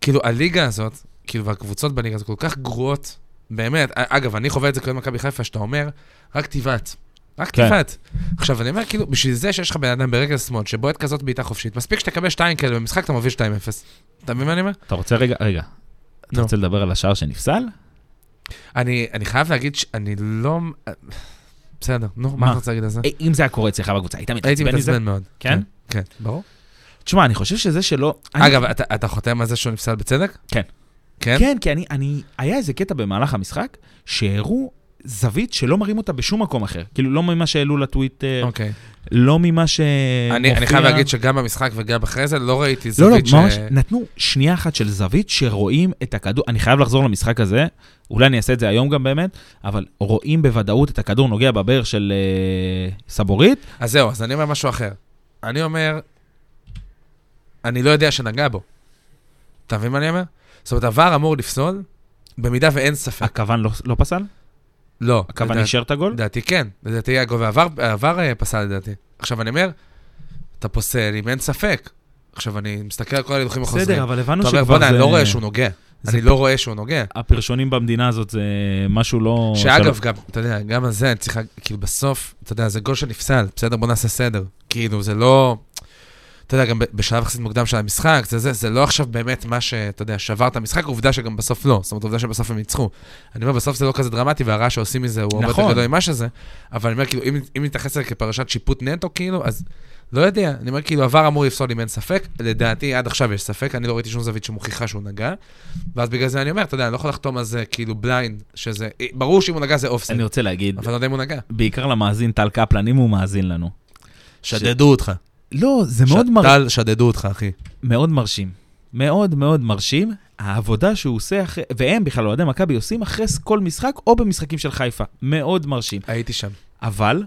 Speaker 3: כאילו, הליגה הזאת, כאילו, והקבוצות בליגה הזאת כל כך גרועות, באמת. א- אגב, אני חווה את זה כולל מכבי חיפה, שאתה אומר, רק תבעט. רק
Speaker 2: כן.
Speaker 3: תבעט. עכשיו, אני אומר, כאילו, בשביל זה שיש לך בן אדם ברגל שמאל שבועט כזאת בעיטה חופשית, מספיק שתקבל שתיים כאלה במשחק, אתה מוביל 2-0. אתה מבין מה אני אומר?
Speaker 2: אתה רוצה רגע, רגע. אתה
Speaker 3: נו.
Speaker 2: רוצה לדבר על השער שנפסל?
Speaker 3: אני, אני חייב להגיד שאני לא... בסדר, נו, מה
Speaker 2: מה?
Speaker 3: אתה רוצה להגיד על זה?
Speaker 2: אה, אם זה היה קורה אצלך בקבוצה, היית
Speaker 3: הייתי
Speaker 2: מתעצבן מזה?
Speaker 3: מתעצבן מאוד.
Speaker 2: כן?
Speaker 3: כן, ברור.
Speaker 2: תשמע, אני חושב שזה שלא... אני-
Speaker 3: אגב, אתה אתה חותם על זה שהוא נפסל בצדק?
Speaker 2: כן.
Speaker 3: כן?
Speaker 2: כן, כי אני, אני, היה איזה קטע במהלך המשחק, שהראו זווית שלא מראים אותה בשום מקום אחר. כאילו, לא ממה שהעלו לטוויטר,
Speaker 3: אוקיי.
Speaker 2: לא ממה שמופיע.
Speaker 3: אני, אני חייב להגיד שגם במשחק וגם אחרי זה לא ראיתי
Speaker 2: לא, לא,
Speaker 3: זווית
Speaker 2: ממש נתנו שנייה אחת של זווית שרואים את הכדור, אני חייב לחזור למשחק הזה, אולי אני אעשה את זה היום גם באמת, אבל רואים בוודאות את הכדור נוגע בבאר של אה, סבורית,
Speaker 3: אז זהו, אז אני אומר משהו אחר. אני אומר, אני לא יודע שנגע בו. אתה מבין מה אני אומר? זאת אומרת, עבר אמור לפסול, במידה ואין ספק.
Speaker 2: הכוון לא, לא פסל?
Speaker 3: לא.
Speaker 2: הכוון
Speaker 3: לדעת-
Speaker 2: אישר את הגול?
Speaker 3: כן. לדעתי כן, לדעתי היה גובה. עבר, עבר אה, פסל לדעתי. עכשיו אני אומר, אתה פוסל אם אין ספק. עכשיו אני מסתכל על כל ההילוכים החוזרים.
Speaker 2: בסדר, אבל הבנו
Speaker 3: אתה אומר,
Speaker 2: שכבר
Speaker 3: בוא'נה, אני לא רואה
Speaker 2: זה...
Speaker 3: שהוא נוגע.
Speaker 2: זה
Speaker 3: אני לא רואה שהוא נוגע.
Speaker 2: הפרשונים במדינה הזאת זה משהו לא...
Speaker 3: שאגב, גם, אתה יודע, גם על זה אני צריך, כאילו, בסוף, אתה יודע, זה גול שנפסל, בסדר? בוא נעשה סדר. כאילו, זה לא... אתה יודע, גם ב- בשלב יחסית מוקדם של המשחק, זה זה, זה לא עכשיו באמת מה שאתה יודע, שבר את המשחק, עובדה שגם בסוף לא. זאת אומרת, עובדה שבסוף הם ניצחו. אני אומר, בסוף זה לא כזה דרמטי, והרעש שעושים מזה הוא הרבה
Speaker 2: נכון.
Speaker 3: יותר גדול ממה שזה, אבל אני אומר, כאילו, אם, אם נתייחס לזה כפרשת שיפוט נטו, כאילו, אז לא יודע. אני אומר, כאילו, עבר אמור לפסול אם אין ספק, לדעתי, עד עכשיו יש ספק, אני לא ראיתי שום זווית שמוכיחה שהוא נגע, ואז בגלל זה אני אומר, אתה יודע, אני לא יכול לחתום על זה כאילו בליינד, שזה, ברור שאם הוא נגע זה אופסייד,
Speaker 2: אני רוצה להגיד,
Speaker 3: אבל אני לא יודע אם הוא נגע.
Speaker 2: בעיקר למאזין טל קפלן, אם הוא מאזין לנו. שדדו
Speaker 3: אותך.
Speaker 2: לא, זה מאוד, מר...
Speaker 3: טל, שדדו אותך, אחי.
Speaker 2: מאוד מרשים. מאוד מאוד מרשים. העבודה שהוא עושה אחרי, והם בכלל, אוהדי מכבי, עושים אחרי כל משחק או במשחקים של חיפה. מאוד מרשים.
Speaker 3: הייתי שם.
Speaker 2: אבל,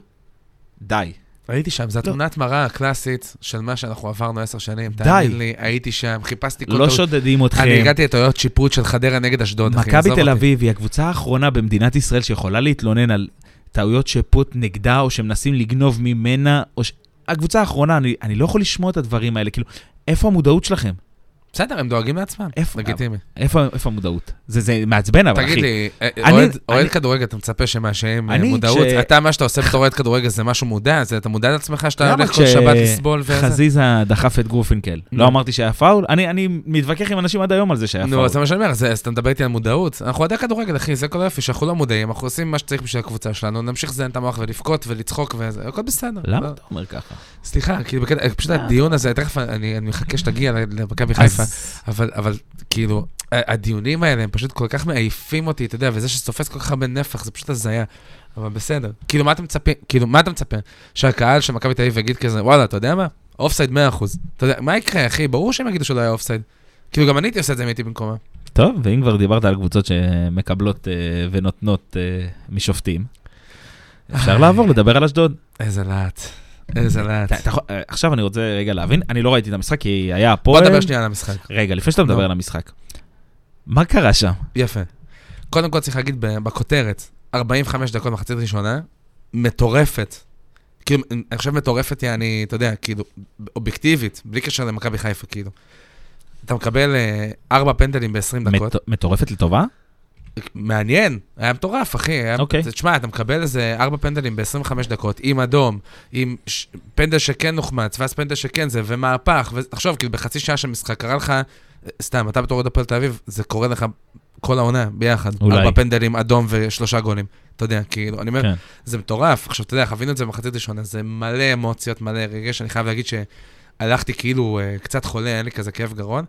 Speaker 2: די.
Speaker 3: הייתי שם, זו תמונת מראה הקלאסית של מה שאנחנו עברנו עשר שנים.
Speaker 2: לא. די.
Speaker 3: תאמין לי, הייתי שם, חיפשתי כל
Speaker 2: לא
Speaker 3: טעות.
Speaker 2: שודדים
Speaker 3: אני
Speaker 2: אתכם.
Speaker 3: הגעתי לטעויות שיפוט של חדרה נגד אשדוד, אחי.
Speaker 2: מכבי
Speaker 3: עזוב
Speaker 2: תל
Speaker 3: אותי.
Speaker 2: אביב היא הקבוצה האחרונה במדינת ישראל שיכולה להתלונן על טעויות שיפוט נגדה, או שמנסים לגנוב ממנה, או ש... הקבוצה האחרונה, אני, אני לא יכול לשמוע את הדברים האלה. כאילו, איפה המודעות שלכם?
Speaker 3: בסדר, הם דואגים לעצמם.
Speaker 2: איפה-
Speaker 3: לגיטימי.
Speaker 2: איפה איפה המודעות? זה- זה מעצבן אבל, אחי.
Speaker 3: תגיד לי, אה,
Speaker 2: אני-
Speaker 3: אוהד- אוהד
Speaker 2: אני-
Speaker 3: כדורגל, אתה מצפה שמאשרים אה,
Speaker 2: אני,
Speaker 3: מודעות?
Speaker 2: כש-
Speaker 3: אתה, מה שאתה עושה בתור אוהד כדורגל זה משהו מודע? זה אתה מודע לעצמך שאתה
Speaker 2: למה
Speaker 3: הולך כל
Speaker 2: כש-
Speaker 3: שבת לסבול וזה?
Speaker 2: חזיזה דחף את גרופינקל. לא אמרתי שהיה פאול? אני אני מתווכח עם אנשים עד היום על זה שהיה
Speaker 3: נו,
Speaker 2: פאול.
Speaker 3: אז זה מה שאני אומר, זה- אז אתה מדבר איתי על מודעות. אנחנו אוהדי כדורגל, אחי, זה כל היופי, שאנחנו לא מודעים, אנחנו עושים מה שצריך בשביל הקבוצה שלנו, נמשיך לזיין את המוח ולבכות ולצחוק וזה, הכל בסדר.
Speaker 2: למה
Speaker 3: לא-
Speaker 2: אתה אומר ככה?
Speaker 3: סליחה, כאילו, בקטע- פשוט הדיון הזה, תכף אני אני מחכה שתגיע למכבי חיפה.
Speaker 2: אז-
Speaker 3: אבל, אבל כאילו, ה- הדיונים האלה הם פשוט כל כך מעייפים אותי, אתה יודע, וזה שסופס כל כך הרבה נפח, זה פשוט הזיה. אבל בסדר. כאילו, מה אתה מצפה? כאילו, מה אתה מצפה? שהקהל של מכבי תל אביב יגיד כזה, וואלה, אתה יודע מה? אופסייד 100%. אתה יודע, מה יקרה, אחי? ברור שהם יגידו שלא היה אופסייד. כאילו, גם אני הייתי עושה את זה אם הייתי במקומה.
Speaker 2: טוב, ואם כבר דיברת על קבוצות שמקבלות אה, ונותנות אה, משופטים, אפשר לעבור לדבר על אשדוד.
Speaker 3: איזה להט. איזה להט.
Speaker 2: אתה- אתה יכול- אה, עכשיו אני רוצה רגע להבין, אני לא ראיתי את המשחק כי היה
Speaker 3: בוא
Speaker 2: הפועל.
Speaker 3: נדבר שנייה על המשחק.
Speaker 2: רגע, לפני שאתה
Speaker 3: נו.
Speaker 2: מדבר על המשחק, מה קרה שם?
Speaker 3: יפה. קודם כל צריך להגיד ב- בכותרת, 45 דקות מחצית ראשונה, מטורפת. כאילו, אני חושב מטורפת, יעני, אתה יודע, כאילו, אובייקטיבית, בלי קשר למכבי חיפה, כאילו. אתה מקבל אה, ארבע פנדלים ב-20 דקות.
Speaker 2: מט- מטורפת לטובה?
Speaker 3: מעניין, היה מטורף, אחי. היה...
Speaker 2: אוקיי.
Speaker 3: תשמע, אתה מקבל איזה ארבע פנדלים ב-25 דקות, עם אדום, עם ש... פנדל שכן הוחמץ, ואז פנדל שכן זה, ומהפך, ותחשוב, כאילו, בחצי שעה של משחק קרה לך, סתם, אתה בתור אוהד הפועל תל אביב, זה קורה לך כל העונה ביחד.
Speaker 2: אולי.
Speaker 3: ארבע פנדלים, אדום ושלושה גולים. אתה יודע, כאילו, אני אומר,
Speaker 2: כן.
Speaker 3: זה מטורף. עכשיו, אתה יודע, חווינו את זה במחצית ראשונה, זה מלא אמוציות, מלא רגש, אני חייב להגיד שהלכתי כאילו אה, קצת חולה, אין לי כזה כאב גרון.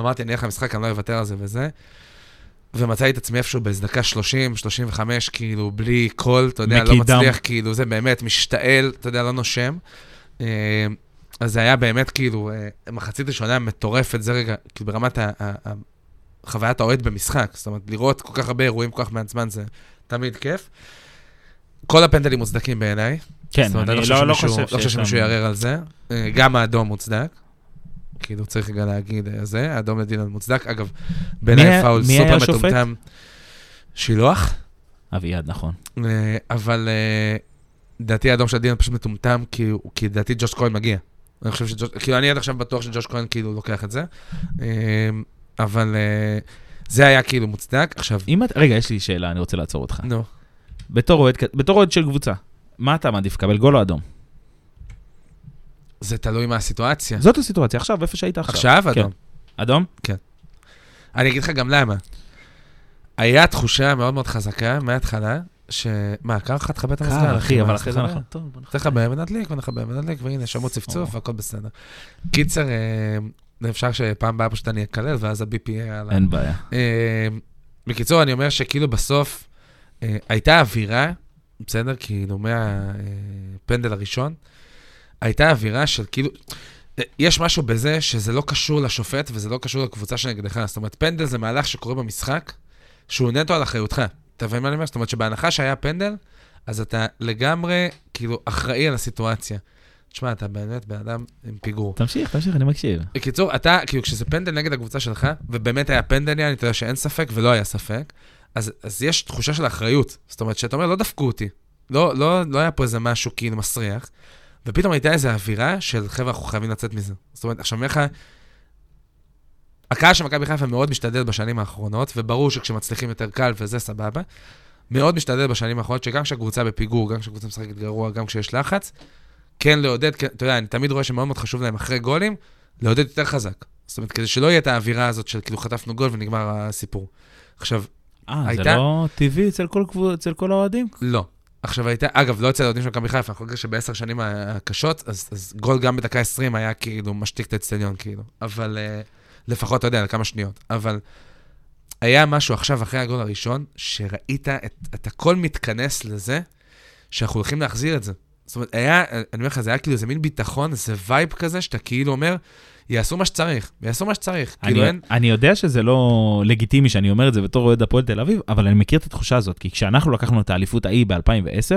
Speaker 3: אמרתי, אני אלך למשחק, אני לא אוותר על זה וזה. ומצאתי את עצמי איפשהו באיזה דקה 30, 35, כאילו, בלי קול, אתה יודע, לא
Speaker 2: מקיא דם.
Speaker 3: מצליח, כאילו, זה באמת, משתעל, אתה יודע, לא נושם. אה, אז זה היה באמת, כאילו, אה, מחצית ראשונה מטורפת, זה רגע, כאילו, ברמת ה- ה- ה- חוויית האוהד במשחק. זאת אומרת, לראות כל כך הרבה אירועים כל כך מעט זמן, זה תמיד כיף. כל הפנדלים מוצדקים בעיניי.
Speaker 2: כן,
Speaker 3: זאת אומרת,
Speaker 2: אני
Speaker 3: לא, לא חושב
Speaker 2: שיש
Speaker 3: לא חושב שמישהו
Speaker 2: שם-
Speaker 3: יערער על זה. אה, גם האדום מוצדק. כאילו, צריך רגע להגיד אה, זה, האדום לדילן מוצדק. אגב, בעיניי
Speaker 2: היה-
Speaker 3: פאול
Speaker 2: מי היה
Speaker 3: סופר
Speaker 2: השופט?
Speaker 3: מטומטם. שילוח,
Speaker 2: אביעד, נכון.
Speaker 3: אה, אבל אה, לדעתי האדום של דילן פשוט מטומטם, כי הוא- כי לדעתי ג'וש כהן מגיע. אני חושב שג'וש, כאילו, אני עד עכשיו בטוח שג'וש כהן כאילו לוקח את זה. אה, אבל אה, זה היה כאילו מוצדק. עכשיו,
Speaker 2: אם את... רגע, יש לי שאלה, אני רוצה לעצור אותך.
Speaker 3: נו,
Speaker 2: בתור אוהד כ- בתור אוהד של קבוצה, מה אתה מעדיף לקבל, גול או אדום?
Speaker 3: זה תלוי מה הסיטואציה.
Speaker 2: זאת הסיטואציה, עכשיו, איפה שהיית עכשיו.
Speaker 3: כן. עכשיו
Speaker 2: כן.
Speaker 3: אדום.
Speaker 2: אדום?
Speaker 3: אני אגיד לך גם למה. היה תחושה מאוד מאוד חזקה מההתחלה, ש... מה, קר לך תכבה את המזגן?
Speaker 2: קר, אה, אחי,
Speaker 3: מה,
Speaker 2: אבל
Speaker 3: אז
Speaker 2: אחרי זה נכון.
Speaker 3: תכבה.
Speaker 2: אנחנו... טוב, בוא נחזור.
Speaker 3: תכבה ונדליק, ונכבה ונדליק, והנה, שמעו צפצוף, והכל בסדר. קיצר, אה, אפשר שפעם הבאה פשוט אני אקלל, ואז ה-BP יהיה עליי.
Speaker 2: אין בעיה.
Speaker 3: אה, בקיצור, אני אומר שכאילו בסוף אה, הייתה אווירה, בסדר? כאילו מהפנדל הראשון, הייתה אווירה של כאילו... אה, יש משהו בזה שזה לא קשור לשופט וזה לא קשור לקבוצה שנגדך. זאת אומרת, פנדל זה מהלך שקורה במשחק, שהוא נטו על אחריותך. אתה מבין מה אני אומר? זאת אומרת שבהנחה שהיה פנדל, אז אתה לגמרי, כאילו, אחראי על הסיטואציה. תשמע, אתה באמת בן אדם עם פיגור.
Speaker 2: תמשיך, תמשיך, אני
Speaker 3: אה,
Speaker 2: מקשיב.
Speaker 3: בקיצור, אתה, כאילו, כשזה פנדל נגד הקבוצה שלך, ובאמת היה פנדל, יעני, אתה יודע שאין ספק ולא היה ספק, אז, אז יש תחושה של אחריות. זאת אומרת, שאתה אומר, לא דפקו אותי. לא, לא, לא היה פה איזה משהו כאילו מסריח, ופתאום הייתה איזו אווירה של, חבר'ה, אנחנו חייבים לצאת מזה. זאת אומרת, עכשיו אני אומר לך, הקהל של מכבי חיפה מאוד משתדל בשנים האחרונות, וברור שכשמצליחים יותר קל וזה סבבה. מאוד משתדל בשנים האחרונות, שגם כשהקבוצה בפיגור, גם כשהקבוצה משחקת גרוע, גם כשיש לחץ, כן לעודד, כן, אתה יודע, אני תמיד רואה שמאוד מאוד חשוב להם אחרי גולים, לעודד יותר חזק. זאת אומרת, כדי שלא יהיה את האווירה הזאת של כאילו חטפנו גול ונגמר הסיפור. עכשיו,
Speaker 2: אה, זה
Speaker 3: הייתה-
Speaker 2: לא טבעי אצל כל קבוצ- אצל כל האוהדים?
Speaker 3: לא. עכשיו הייתה, אגב, לא אצל האוהדים של מכבי חיפה, אנחנו חושבים שבעשר שנים הקשות, אז, אז גול גם בדקה 20 היה כאילו משתיק את האצטדיון, כאילו. אבל אה, לפחות, אתה יודע, לכמה שניות. אבל היה משהו עכשיו, אחרי הגול הראשון, שראית את, את הכל מתכנס לזה, שאנחנו הולכים להחזיר את זה. זאת אומרת, היה, אני אומר לך, זה היה כאילו איזה מין ביטחון, איזה וייב כזה, שאתה כאילו אומר, יעשו מה שצריך, יעשו מה שצריך. כאילו
Speaker 2: אני-
Speaker 3: אין...
Speaker 2: אני יודע שזה לא לגיטימי שאני אומר את זה בתור אוהד הפועל תל אביב, אבל אני מכיר את התחושה הזאת, כי כשאנחנו לקחנו את האליפות ההיא ב-2010,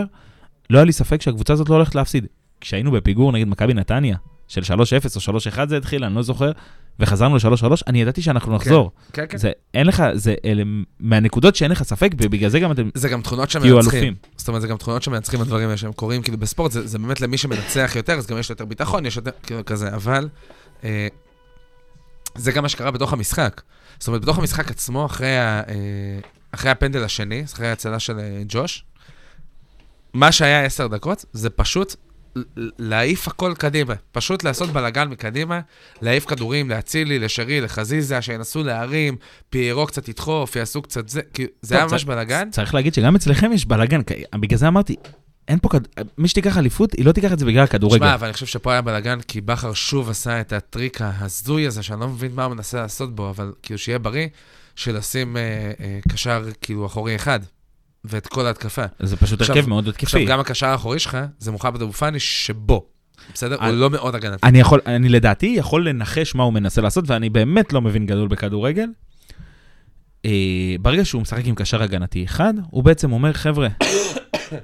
Speaker 2: לא היה לי ספק שהקבוצה הזאת לא הולכת להפסיד. כשהיינו בפיגור נגד מכבי נתניה, של 3-0 או 3-1 זה התחיל, אני לא זוכר, וחזרנו ל-3-3, אני ידעתי שאנחנו נחזור.
Speaker 3: כן, כן.
Speaker 2: זה, אין לך, זה אלה מהנקודות שאין לך ספק, ובגלל זה גם אתם
Speaker 3: זה גם תכונות
Speaker 2: תהיו
Speaker 3: שמנצחים.
Speaker 2: אלופים.
Speaker 3: זאת אומרת, זה גם תכונות שמנצחים הדברים האלה שהם קורים, כאילו בספורט, זה, זה באמת למי שמנצח יותר, אז גם יש לו יותר ביטחון, יש יותר, כאילו כזה, אבל אה, זה גם מה שקרה בתוך המשחק. זאת אומרת, בתוך המשחק עצמו, אחרי, ה, אה, אחרי הפנדל השני, אחרי ההצלה של אה, ג'וש, מה שהיה עשר דקות, זה פשוט ל- ל- להעיף הכל קדימה. פשוט לעשות בלאגן מקדימה, להעיף כדורים לאצילי, לשרי, לחזיזה, שינסו להרים, פיירו קצת ידחוף, יעשו קצת זה, כאילו, זה
Speaker 2: טוב,
Speaker 3: היה ממש
Speaker 2: צ-
Speaker 3: בלאגן.
Speaker 2: צריך להגיד שגם אצלכם יש בלאגן, בגלל זה אמרתי, אין פה כד... מי שתיקח אליפות, היא לא תיקח את זה בגלל
Speaker 3: שמע,
Speaker 2: הכדורגל.
Speaker 3: אבל אני חושב שפה היה בלאגן, כי בכר שוב עשה את הטריק ההזוי הזה, שאני לא מבין מה הוא מנסה לעשות בו, אבל כאילו שיהיה בריא, של לשים אה, אה, קשר כאילו אחורי אחד, ואת כל ההתקפה.
Speaker 2: זה פשוט
Speaker 3: עכשיו-
Speaker 2: הרכב מאוד
Speaker 3: עכשיו,
Speaker 2: התקפי.
Speaker 3: גם הקשר האחורי שלך, זה מוחמד אבו פאני שבו, בסדר? הוא
Speaker 2: אני-
Speaker 3: לא מאוד הגנתי.
Speaker 2: אני יכול, אני לדעתי יכול לנחש מה הוא מנסה לעשות, ואני באמת לא מבין גדול בכדורגל. אה, ברגע שהוא משחק עם קשר הגנתי אחד, הוא בעצם אומר, חבר'ה,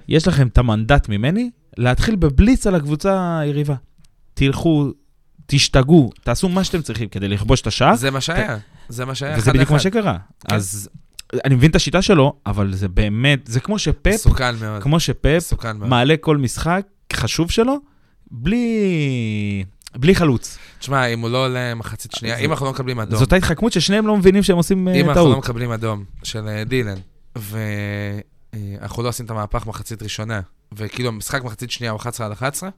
Speaker 2: יש לכם את המנדט ממני להתחיל בבליץ על הקבוצה היריבה. תלכו, תשתגעו, תעשו מה שאתם צריכים כדי לכבוש את השער,
Speaker 3: זה מה שהיה, זה מה שהיה,
Speaker 2: אה? וזה
Speaker 3: אחד
Speaker 2: בדיוק מה
Speaker 3: לאחד.
Speaker 2: שקרה.
Speaker 3: כן.
Speaker 2: אז אני מבין את השיטה שלו, אבל זה באמת, זה כמו שפאפ,
Speaker 3: מסוכן מאוד,
Speaker 2: כמו שפאפ
Speaker 3: מסוכן מאוד.
Speaker 2: מעלה כל משחק חשוב שלו, בלי... בלי חלוץ.
Speaker 3: תשמע, אם הוא לא עולה מחצית שנייה,
Speaker 2: זה-
Speaker 3: אם אנחנו לא מקבלים אדום,
Speaker 2: זאת ההתחכמות ששניהם לא מבינים שהם עושים אה,
Speaker 3: אם אנחנו לא
Speaker 2: טעות.
Speaker 3: מקבלים אדום של אה, דילן, ואנחנו לא עושים את המהפך מחצית ראשונה, וכאילו המשחק מחצית שנייה הוא 11 על 11,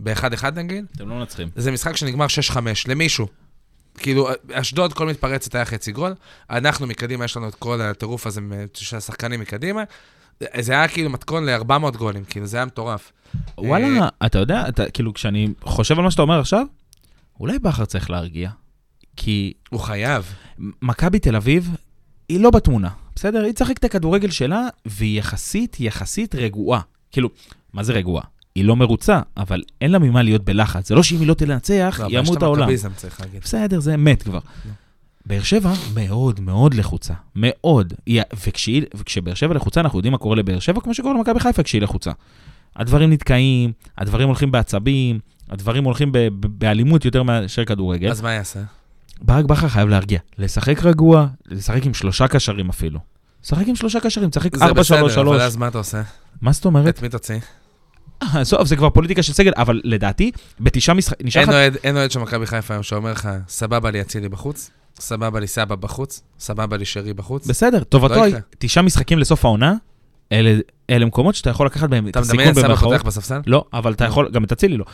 Speaker 3: ב-1-1 נגיד,
Speaker 2: אתם לא מנצחים.
Speaker 3: זה משחק שנגמר 6-5 למישהו. כאילו, אשדוד, כל מתפרצת היה חצי גול, אנחנו מקדימה, יש לנו את כל הטירוף הזה מ- של השחקנים מקדימה. זה היה כאילו מתכון ל-400 גולים, כאילו, זה היה מטורף.
Speaker 2: וואלה,
Speaker 3: אה.
Speaker 2: אתה יודע, אתה, כאילו, כשאני חושב על מה שאתה אומר עכשיו, אולי בכר צריך להרגיע. כי
Speaker 3: הוא חייב.
Speaker 2: מכבי תל אביב, היא לא בתמונה, בסדר? היא תשחק את הכדורגל שלה, והיא יחסית, יחסית רגועה. כאילו, מה זה רגועה? היא לא מרוצה, אבל אין לה ממה להיות בלחץ. זה לא שאם היא לא תנצח,
Speaker 3: לא, אבל יש את
Speaker 2: ימות העולם.
Speaker 3: המכביזם, צריך להגיד.
Speaker 2: בסדר, זה מת כבר. באר שבע מאוד מאוד לחוצה, מאוד. היא- וכשהיא- וכשבאר שבע לחוצה, אנחנו יודעים מה קורה לבאר שבע, כמו שקורה למכבי חיפה כשהיא לחוצה. הדברים נתקעים, הדברים הולכים בעצבים, הדברים הולכים ב- ב- באלימות יותר מאשר כדורגל.
Speaker 3: אז מה יעשה?
Speaker 2: ברק בכר חייב להרגיע, לשחק רגוע, לשחק עם שלושה קשרים אפילו. לשחק עם שלושה קשרים, לשחק
Speaker 3: זה
Speaker 2: 4-3-3.
Speaker 3: בסדר, אבל אז מה אתה עושה?
Speaker 2: מה זאת אומרת?
Speaker 3: את מי תוציא?
Speaker 2: עזוב, זה כבר פוליטיקה של סגל, אבל לדעתי, בתשעה משחקים, נשאר
Speaker 3: אין
Speaker 2: לך...
Speaker 3: אוהד- אין אוהד של מכבי חיפה היום שאומר לך, סבבה לי אצילי בחוץ, סבבה לי סבא בחוץ, סבבה לי שרי בחוץ.
Speaker 2: בסדר,
Speaker 3: לא
Speaker 2: טובתו, היא-
Speaker 3: יקרה.
Speaker 2: תשעה משחקים לסוף העונה, אלה אלה מקומות שאתה יכול לקחת בהם את
Speaker 3: אתה
Speaker 2: הסיכון
Speaker 3: מדמיין את סבא
Speaker 2: במרכאות.
Speaker 3: פותח בספסל?
Speaker 2: לא, אבל אתה יכול, גם את אצילי לא.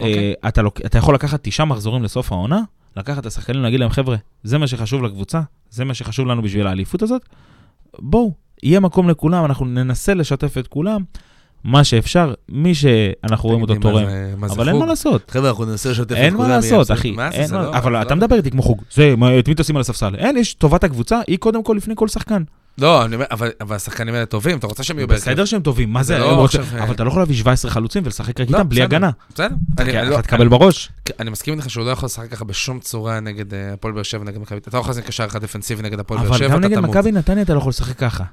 Speaker 3: אוקיי.
Speaker 2: אה, אתה לוק- אתה יכול לקחת תשעה מחזורים לסוף העונה, לקחת את השחקנים ולהגיד להם, חבר'ה, זה מה שחשוב לקבוצה, זה מה שחשוב לנו בשביל האליפות הזאת, בואו, יהיה מקום לכולם, אנחנו ננסה לשתף את כולם, מה שאפשר, מי שאנחנו רואים אותו
Speaker 3: תגיד לי, מה
Speaker 2: תורם.
Speaker 3: זה- אה, מה זה
Speaker 2: אבל אין
Speaker 3: חוג?
Speaker 2: מה לעשות.
Speaker 4: חבר'ה, אנחנו ננסה לשתף את כולם.
Speaker 2: אין מה לעשות, אחי,
Speaker 3: מה זה,
Speaker 2: אין
Speaker 3: זה
Speaker 2: מה-
Speaker 3: לא-
Speaker 2: אבל
Speaker 3: זה
Speaker 2: אתה
Speaker 3: לא-
Speaker 2: מדבר איתי כמו חוג, זה, מה, את מי תשים על הספסל? אין, יש טובת הקבוצה, היא קודם כל לפני כל שחקן.
Speaker 3: לא, אני אומר, אבל אבל השחקנים האלה טובים, אתה רוצה שהם יהיו בהרכב?
Speaker 2: בסדר שהם טובים, מה
Speaker 3: זה
Speaker 2: זה,
Speaker 3: לא
Speaker 2: הם רוצים-
Speaker 3: עכשיו, אה,
Speaker 2: אבל אתה לא יכול להביא 17 חלוצים ולשחק רק
Speaker 3: לא,
Speaker 2: איתם בלי
Speaker 3: בסדר,
Speaker 2: הגנה.
Speaker 3: בסדר. אני-
Speaker 2: כי
Speaker 3: אני לא-
Speaker 2: אתה תקבל בראש.
Speaker 3: אני מסכים איתך שהוא לא יכול לשחק ככה בשום צורה נגד אה, הפועל באר שבע, נגד מכבי. אתה לא יכול לעשות קשר אחד דפנסיבי נגד הפועל באר
Speaker 2: אבל
Speaker 3: שבע,
Speaker 2: גם
Speaker 3: אתה
Speaker 2: נגד
Speaker 3: תמות.
Speaker 2: מכבי נתניה אתה לא יכול לשחק ככה.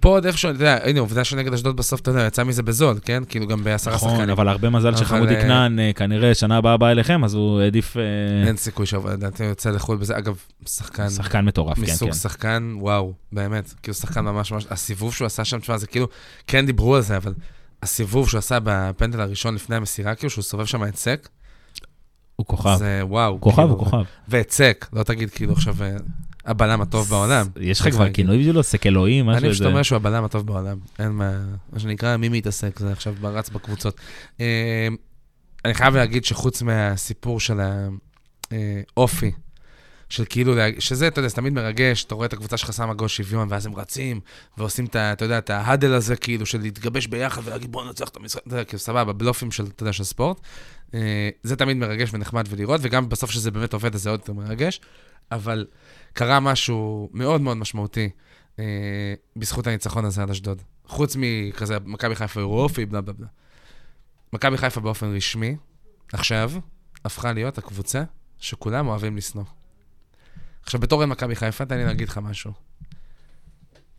Speaker 3: פה עוד איפשהו, אתה יודע, הנה, עובדה שנגד אשדוד בסוף, אתה יודע, יצא מזה בזול, כן? כאילו גם בעשרה
Speaker 2: נכון,
Speaker 3: שחקנים.
Speaker 2: אבל הרבה מזל
Speaker 3: אבל,
Speaker 2: שחמודי
Speaker 3: אה,
Speaker 2: כנען אה, כנראה שנה הבאה בא אליכם, אז הוא העדיף אה,
Speaker 3: אין סיכוי שהוא לדעתי הוא יוצא לחו"ל בזה. אגב, שחקן
Speaker 2: שחקן מטורף, כן,
Speaker 3: מסוג
Speaker 2: כן.
Speaker 3: שחקן, וואו, באמת, כאילו שחקן ממש ממש, הסיבוב שהוא עשה שם, תשמע, זה כאילו, כן דיברו על זה, אבל הסיבוב שהוא עשה בפנדל הראשון לפני המסירה, כאילו, שהוא סובב שם את סק,
Speaker 2: הוא כוכב.
Speaker 3: זה וואו.
Speaker 2: הוא כוכב,
Speaker 3: כאילו,
Speaker 2: הוא כוכב.
Speaker 3: ואת סק, לא תגיד כאילו עכשיו אה, הבלם הטוב בעולם.
Speaker 2: יש לך
Speaker 3: צריך
Speaker 2: כבר
Speaker 3: להגיד.
Speaker 2: כינוי בשבילו, סק אלוהים, משהו
Speaker 3: אני
Speaker 2: איזה...
Speaker 3: פשוט אומר שהוא הבלם הטוב בעולם, אין מה, מה שנקרא, מי מתעסק, זה עכשיו רץ בקבוצות. אה, אני חייב להגיד שחוץ מהסיפור של האופי, של כאילו, להג- שזה, אתה יודע, זה תמיד מרגש, אתה רואה את הקבוצה שלך שמה גול שוויון, ואז הם רצים, ועושים את, ה- אתה יודע, את ההאדל הזה, כאילו, של להתגבש ביחד ולהגיד, בוא ננצח את המשחק, אתה יודע, כאילו, סבבה, בלופים של, אתה יודע, של ספורט. אה, זה תמיד מרגש ונחמד ולראות, וגם בסוף שזה באמת עובד, אז זה עוד יותר מרגש. אבל קרה משהו מאוד מאוד משמעותי אה, בזכות הניצחון הזה על אשדוד. חוץ מכזה, מכבי חיפה הראו אופי, בלה בלה בלה. מכבי חיפה באופן רשמי, עכשיו, הפכה להיות הקבוצה שכולם אוהבים לשנוא. עכשיו, בתור אין מכבי חיפה, תן לי להגיד לך משהו.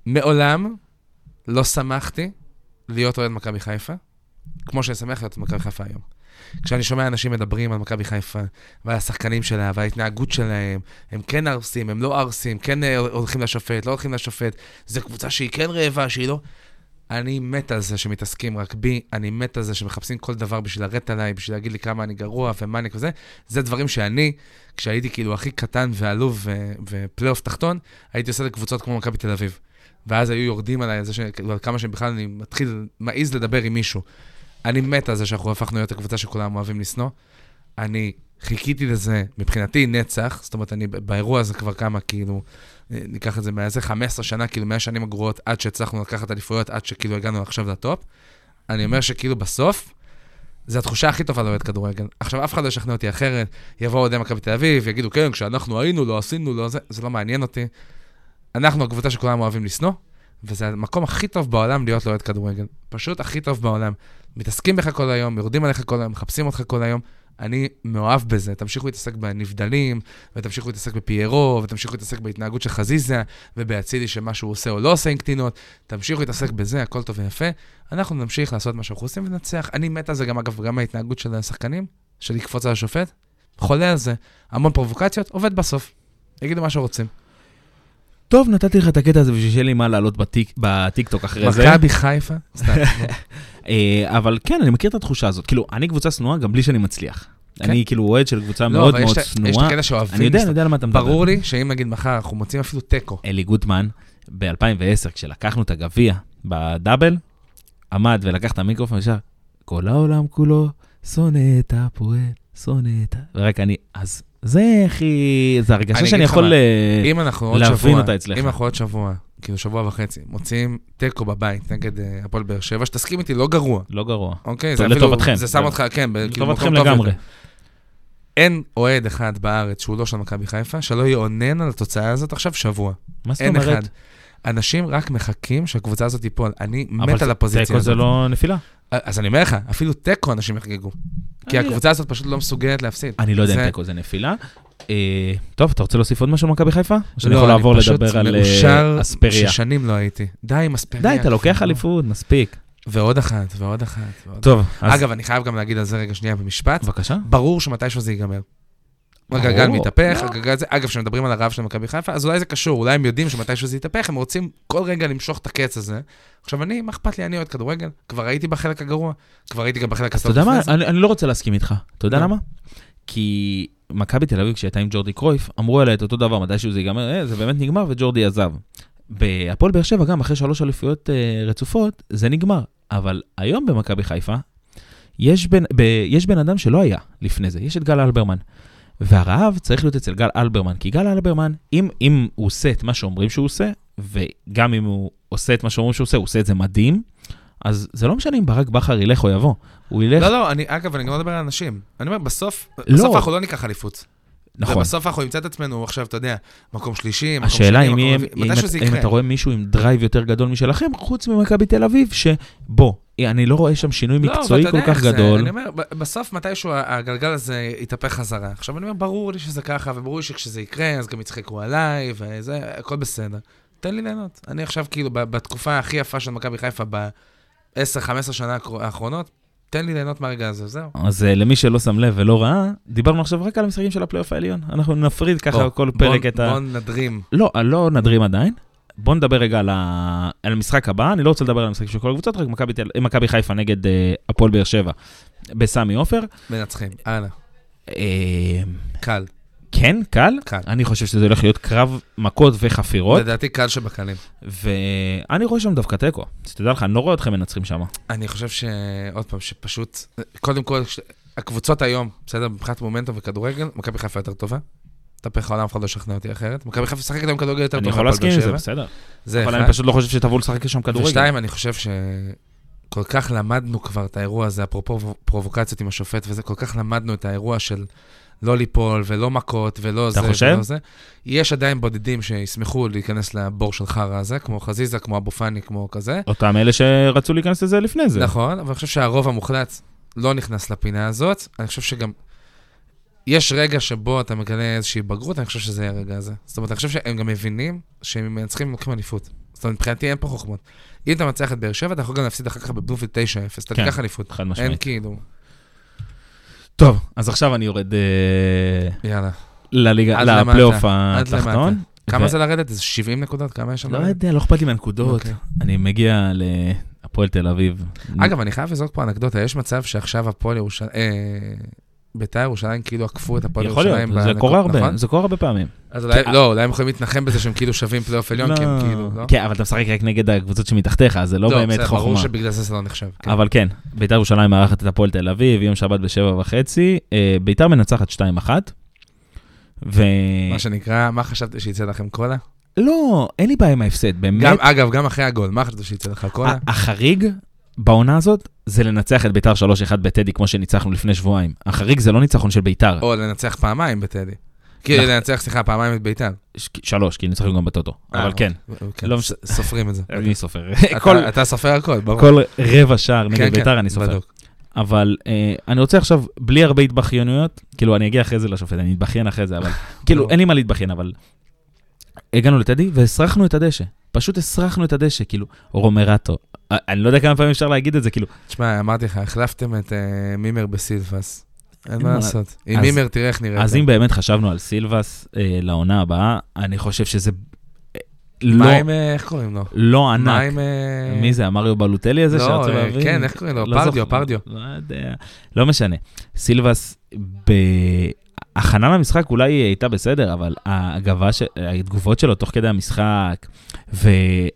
Speaker 3: מעולם לא שמחתי להיות אוהד מכבי חיפה, כמו שאני שמח להיות מכבי חיפה היום. כשאני שומע אנשים מדברים על מכבי חיפה, ועל השחקנים שלה, וההתנהגות שלהם, הם כן ערסים, הם לא ערסים, כן אה, הולכים לשופט, לא הולכים לשופט, זו קבוצה שהיא כן רעבה, שהיא לא... אני מת על זה שמתעסקים רק בי, אני מת על זה שמחפשים כל דבר בשביל לרדת עליי, בשביל להגיד לי כמה אני גרוע ומאניק וזה. זה דברים שאני, כשהייתי כאילו הכי קטן ועלוב ו- ופלייאוף תחתון, הייתי עושה לקבוצות כמו מכבי תל אביב. ואז היו יורדים עליי על זה, ש... על כמה שבכלל אני מתחיל, מעז לדבר עם מישהו. אני מת על זה שאנחנו הפכנו להיות הקבוצה שכולם אוהבים לשנוא. אני חיכיתי לזה, מבחינתי נצח, זאת אומרת, אני ב- באירוע הזה כבר כמה, כאילו, אה, ניקח את זה מאיזה 15 שנה, כאילו, 100 שנים הגרועות, עד שהצלחנו לקחת אליפויות, עד שכאילו הגענו עכשיו לטופ. אני אומר שכאילו בסוף, זו התחושה הכי טובה לאוהד כדורגל. עכשיו, אף אחד לא ישכנע אותי אחרת, יבואו אוהדי מכבי תל אביב, יגידו, כן, כשאנחנו היינו, לא עשינו, לא זה, זה לא מעניין אותי. אנחנו הקבוצה שכולם אוהבים לשנוא, וזה המקום הכי טוב בעולם להיות לאוהד כדורגל. פשוט הכי טוב בעולם. מתעסקים בך כל היום, יורדים עליך כל היום, מחפשים אותך כל היום. אני מאוהב בזה. תמשיכו להתעסק בנבדלים, ותמשיכו להתעסק בפיירו, ותמשיכו להתעסק בהתנהגות של חזיזה, ובאצילי שמה שהוא עושה או לא עושה עם קטינות. תמשיכו להתעסק בזה, הכל טוב ויפה. אנחנו נמשיך לעשות מה שאנחנו עושים וננצח. אני מת על זה גם, אגב, גם ההתנהגות של השחקנים, של לקפוץ על השופט. חולה על זה. המון פרובוקציות, עובד בסוף. יגידו מה שרוצים.
Speaker 2: טוב, נתתי לך את הקטע הזה בשביל שיהיה לי מה לעלות בטיק- בטיקטוק אחרי זה.
Speaker 3: מכבי חיפה, סתם.
Speaker 2: אה, אבל כן, אני מכיר את התחושה הזאת. כאילו, אני קבוצה שנואה גם בלי שאני מצליח.
Speaker 3: כן.
Speaker 2: אני כאילו אוהד של קבוצה
Speaker 3: לא,
Speaker 2: מאוד
Speaker 3: אבל יש
Speaker 2: מאוד
Speaker 3: את- יש את
Speaker 2: שנואה.
Speaker 3: הקטע שאוהבים.
Speaker 2: אני יודע, אני
Speaker 3: להסתכל.
Speaker 2: יודע על מה אתה מדבר.
Speaker 3: ברור לי שאם נגיד מחר אנחנו מוצאים אפילו תיקו.
Speaker 2: אלי גוטמן, ב-2010, כשלקחנו את הגביע בדאבל, עמד ולקח את המיקרופון ושר, כל העולם כולו שונא את הפועל, שונא את ה... ורק אני, אז זה הכי... זה הרגשה
Speaker 3: אני
Speaker 2: שאני
Speaker 3: אגיד לך
Speaker 2: יכול...
Speaker 3: מה,
Speaker 2: אה,
Speaker 3: אם אנחנו עוד
Speaker 2: להבין
Speaker 3: שבוע,
Speaker 2: אותה אצלך.
Speaker 3: אם אנחנו עוד שבוע, כאילו שבוע וחצי, מוצאים תיקו בבית נגד אה, הפועל באר שבע, שתסכים איתי, לא גרוע.
Speaker 2: לא גרוע.
Speaker 3: אוקיי,
Speaker 2: טוב,
Speaker 3: זה אפילו,
Speaker 2: לטובתכם.
Speaker 3: זה שם אותך, כן, ב- כאילו
Speaker 2: לטובתכם
Speaker 3: מקום טוב
Speaker 2: לגמרי.
Speaker 3: יותר. אין אוהד אחד בארץ שהוא לא של מכבי חיפה, שלא יאונן על התוצאה הזאת עכשיו שבוע.
Speaker 2: מה זאת
Speaker 3: אין אחד.
Speaker 2: אומרת?
Speaker 3: אנשים רק מחכים שהקבוצה הזאת תיפול. אני
Speaker 2: אבל
Speaker 3: מת על
Speaker 2: זה-
Speaker 3: הפוזיציה
Speaker 2: תיקו
Speaker 3: הזאת.
Speaker 2: זה
Speaker 3: אה,
Speaker 2: לא נפילה.
Speaker 3: אז אני אומר לך, אפילו תיקו אנשים יחגגו. כי
Speaker 2: אני-
Speaker 3: הקבוצה הזאת פשוט לא מסוגלת להפסיד.
Speaker 2: אני לא יודע
Speaker 3: זה-
Speaker 2: אם תיקו זה נפילה. אה, טוב, אתה רוצה להוסיף עוד משהו על מכבי חיפה? או שאני
Speaker 3: לא,
Speaker 2: יכול לעבור לדבר על
Speaker 3: אני
Speaker 2: אה,
Speaker 3: פשוט מאושר כן.
Speaker 2: אספריה?
Speaker 3: ששנים לא הייתי. די עם אספריה.
Speaker 2: די, אתה לוקח
Speaker 3: כבר.
Speaker 2: אליפות, מספיק.
Speaker 3: ועוד אחת, ועוד אחת. ועוד
Speaker 2: טוב,
Speaker 3: אחת.
Speaker 2: אז
Speaker 3: אגב, אני חייב גם להגיד על זה רגע שנייה במשפט.
Speaker 2: בבקשה.
Speaker 3: ברור שמתישהו זה ייגמר. הגלגל
Speaker 2: ברור. לא.
Speaker 3: מתהפך, הגלגל זה... אגב, כשמדברים על הרב של מכבי חיפה, אז אולי זה קשור, אולי הם יודעים שמתישהו זה יתהפך, הם רוצים כל רגע למשוך את הקץ הזה. עכשיו, אני, מה אכפת לי, אני אוהד כדורגל, כבר הייתי בחלק הגרוע, כבר הייתי גם בחלק
Speaker 2: אז אתה
Speaker 3: הסוף
Speaker 2: יודע מה?
Speaker 3: לפני זה.
Speaker 2: אני, אני לא רוצה להסכים איתך. אתה יודע
Speaker 3: למה?
Speaker 2: למה? כי מכבי תל אביב, כשהייתה עם ג'ורדי קרויף, אמרו עליה את אותו דבר, מתישהו זה ייגמר, אה, זה באמת נגמר, וג'ורדי עזב. בהפועל באר שבע גם, אחרי שלוש אליפויות אה, רצופות, זה נגמר. אבל היום במכבי חיפה, יש בן, ב, יש בן אדם שלא היה לפני זה, יש את גל אלברמן. והרעב צריך להיות אצל גל אלברמן, כי גל אלברמן, אם, אם הוא עושה את מה שאומרים שהוא עושה, וגם אם הוא עושה את מה שאומרים שהוא עושה, הוא עושה את זה מדהים, אז זה לא משנה אם ברק בכר ילך או יבוא. הוא ילך...
Speaker 3: לא, לא, אני, אגב, אני גם לא מדבר על אנשים. אני אומר, בסוף,
Speaker 2: לא.
Speaker 3: בסוף אנחנו לא ניקח אליפות.
Speaker 2: נכון.
Speaker 3: ובסוף אנחנו נמצא את עצמנו עכשיו, אתה יודע, מקום שלישי, מקום
Speaker 2: השאלה
Speaker 3: שני,
Speaker 2: אם,
Speaker 3: מקום
Speaker 2: אם,
Speaker 3: רביעי,
Speaker 2: אם,
Speaker 3: מתישהו זה
Speaker 2: אתה- אם
Speaker 3: יקרה.
Speaker 2: אתה רואה מישהו עם דרייב יותר גדול משלכם, חוץ ממכבי תל אביב, שבוא, אני לא רואה שם שינוי
Speaker 3: לא,
Speaker 2: מקצועי
Speaker 3: ואתה
Speaker 2: כל
Speaker 3: יודע
Speaker 2: כך
Speaker 3: איך זה,
Speaker 2: גדול.
Speaker 3: אני אומר, ב- בסוף מתישהו ה- הגלגל הזה יתהפך חזרה. עכשיו, אני אומר, ברור לי שזה ככה, וברור לי שכשזה יקרה, אז גם יצחקו עליי, וזה, הכל בסדר. תן לי ליהנות. אני עכשיו, כאילו, ב- בתקופה הכי יפה של מכבי חיפה, ב-10-15 שנה הקר- האחרונות, תן לי ליהנות מהרגע הזה, זהו.
Speaker 2: אז אה, למי שלא שם לב ולא ראה, דיברנו עכשיו רק על המשחקים של הפלייאוף העליון. אנחנו נפריד ככה
Speaker 3: בוא,
Speaker 2: כל פרק
Speaker 3: בוא-
Speaker 2: את ה...
Speaker 3: בוא נדרים.
Speaker 2: לא, לא נדרים עדיין. בוא נדבר רגע על, ה... על המשחק הבא, אני לא רוצה לדבר על המשחק של כל הקבוצות, רק מכבי תל- מכבי חיפה נגד אה, הפועל באר שבע בסמי עופר.
Speaker 3: מנצחים. הלאה.
Speaker 2: אה,
Speaker 3: קל.
Speaker 2: כן, קל?
Speaker 3: קל.
Speaker 2: אני חושב שזה הולך להיות קרב מכות וחפירות.
Speaker 3: לדעתי קל שבקלים.
Speaker 2: ואני רואה שם דווקא תיקו. אז תדע לך, אני לא רואה אתכם מנצחים שם.
Speaker 3: אני חושב ש... עוד פעם, שפשוט, קודם כל, ש... הקבוצות היום, בסדר, מבחינת מומנטום וכדורגל, מכבי חיפה יותר טובה. תפך העולם, אף אחד לא ישכנע אותי אחרת. מכבי חיפה משחקת היום כדורגל יותר טוב.
Speaker 2: אני יכול
Speaker 3: מהפועל
Speaker 2: להסכים
Speaker 3: באר
Speaker 2: עם זה,
Speaker 3: שבע.
Speaker 2: בסדר.
Speaker 3: זה
Speaker 2: אבל
Speaker 3: אחד.
Speaker 2: אני פשוט לא חושב שתבואו לשחק שם כדורגל.
Speaker 3: ושתיים, אני חושב שכל כך למדנו כבר את האירוע הזה, אפרופו פרובוקציות עם השופט וזה, כל כך למדנו את האירוע של לא ליפול ולא מכות ולא
Speaker 2: אתה
Speaker 3: זה
Speaker 2: חושב?
Speaker 3: ולא זה. יש עדיין בודדים שישמחו להיכנס לבור של חרא הזה, כמו חזיזה, כמו אבו פאני, כמו כזה.
Speaker 2: אותם אלה שרצו להיכנס לזה לפני זה.
Speaker 3: נכון, אבל אני חושב שהרוב המוחלט לא נכנס לפינה הזאת. אני חושב שגם... יש רגע שבו אתה מגלה איזושהי בגרות, אני חושב שזה יהיה הרגע הזה. זאת אומרת, אני חושב שהם גם מבינים שאם הם מנצחים, הם לוקחים אליפות. זאת אומרת, מבחינתי אין פה חוכמות. אם אתה מנצח את באר שבע, אתה יכול גם להפסיד אחר כך בבלומפילד 9-0, אתה
Speaker 2: כן,
Speaker 3: תיקח אליפות.
Speaker 2: חד
Speaker 3: אין
Speaker 2: משמעית.
Speaker 3: כאילו,
Speaker 2: טוב, אז עכשיו אני יורד אה,
Speaker 3: יאללה.
Speaker 2: לליגה,
Speaker 3: עד למטה,
Speaker 2: לפלייאוף
Speaker 3: עד
Speaker 2: התחתון.
Speaker 3: למטה. כמה
Speaker 2: ו-
Speaker 3: זה לרדת? איזה 70 נקודות? כמה יש שם?
Speaker 2: לא יודע, לא אכפת לי לא מהנקודות.
Speaker 3: אוקיי.
Speaker 2: אני מגיע ל... הפועל תל אביב.
Speaker 3: אגב, אני חייב לזרוק פה אנקדוטה, יש מצב שעכשיו הפועל ירושלים, אה, בית"ר ירושלים כאילו עקפו את הפועל
Speaker 2: יכול
Speaker 3: ירושלים.
Speaker 2: להיות, זה
Speaker 3: בנקודות,
Speaker 2: קורה הרבה,
Speaker 3: נכון?
Speaker 2: זה קורה הרבה פעמים.
Speaker 3: אז אולי, לא, אולי הם יכולים להתנחם בזה שהם כאילו שווים פלייאוף עליון, כי הם כאילו, לא?
Speaker 2: כן, אבל אתה משחק רק נגד הקבוצות שמתחתיך, אז זה לא באמת
Speaker 3: בסדר, ברור
Speaker 2: חוכמה.
Speaker 3: שבגלל זה זה לא נחשב. כן.
Speaker 2: אבל כן, ביתר ירושלים מארחת את הפועל תל אביב, יום שבת בשבע וחצי, אה, ביתר מנצחת 2-1. ו...
Speaker 3: מה שנקרא, מה חשבת שיצא לכם קולה?
Speaker 2: לא, אין לי בעיה עם ההפסד, באמת. אה.
Speaker 3: גם, אגב, גם אחרי הגול, מה חשבת שיצא לך קולה?
Speaker 2: ה- החריג בעונה הזאת זה לנצח את ביתר 3-1 בטדי, כמו שניצחנו לפני שבועיים. החריג זה לא ניצחון של ביתר,
Speaker 3: או לנצח פעמיים בטדי. כאילו,
Speaker 2: נכון.
Speaker 3: לנצח, סליחה, פעמיים את בית"ר.
Speaker 2: ש- שלוש, כי ניצחנו גם בטוטו. אבל כן,
Speaker 3: אוקיי,
Speaker 2: לא
Speaker 3: ס- סופרים את זה.
Speaker 2: אני סופר.
Speaker 3: אוקיי. אתה-
Speaker 2: כל-
Speaker 3: אתה סופר הכל, ברור.
Speaker 2: כל רבע שער
Speaker 3: כן,
Speaker 2: נגד ביתר
Speaker 3: כן,
Speaker 2: אני סופר.
Speaker 3: בדוק.
Speaker 2: אבל אה, אני רוצה עכשיו, בלי הרבה התבכיינויות, כאילו, אני אגיע אחרי זה לשופט, אני אתבכיין אחרי זה, אבל כאילו,
Speaker 3: טוב.
Speaker 2: אין לי מה להתבכיין, אבל... הגענו לטדי והסרחנו את הדשא. פשוט הסרחנו את הדשא, כאילו, רומרטו. אה, אני לא יודע כמה פעמים אפשר להגיד את זה, כאילו,
Speaker 3: תשמע, אמרתי לך, החלפתם את אה, מימר בסילבס. אין
Speaker 2: מה
Speaker 3: מה לעשות. עם
Speaker 2: אז-
Speaker 3: מימר, תראה איך נראה.
Speaker 2: אז אם באמת חשבנו על סילבס אה, לעונה הבאה, אני חושב שזה אה, לא,
Speaker 3: מה עם, אה, איך קוראים לו?
Speaker 2: לא
Speaker 3: מה
Speaker 2: ענק.
Speaker 3: עם... אה,
Speaker 2: מי זה, המריו בלוטלי הזה
Speaker 3: לא,
Speaker 2: שרצו
Speaker 3: אה,
Speaker 2: להביא?
Speaker 3: כן, איך קוראים לו?
Speaker 2: לא
Speaker 3: פרדיו,
Speaker 2: זוכר.
Speaker 3: פרדיו.
Speaker 2: לא יודע, לא משנה. סילבס, בהכנה למשחק אולי היא הייתה בסדר, אבל ההגבה, ש- התגובות שלו תוך כדי המשחק,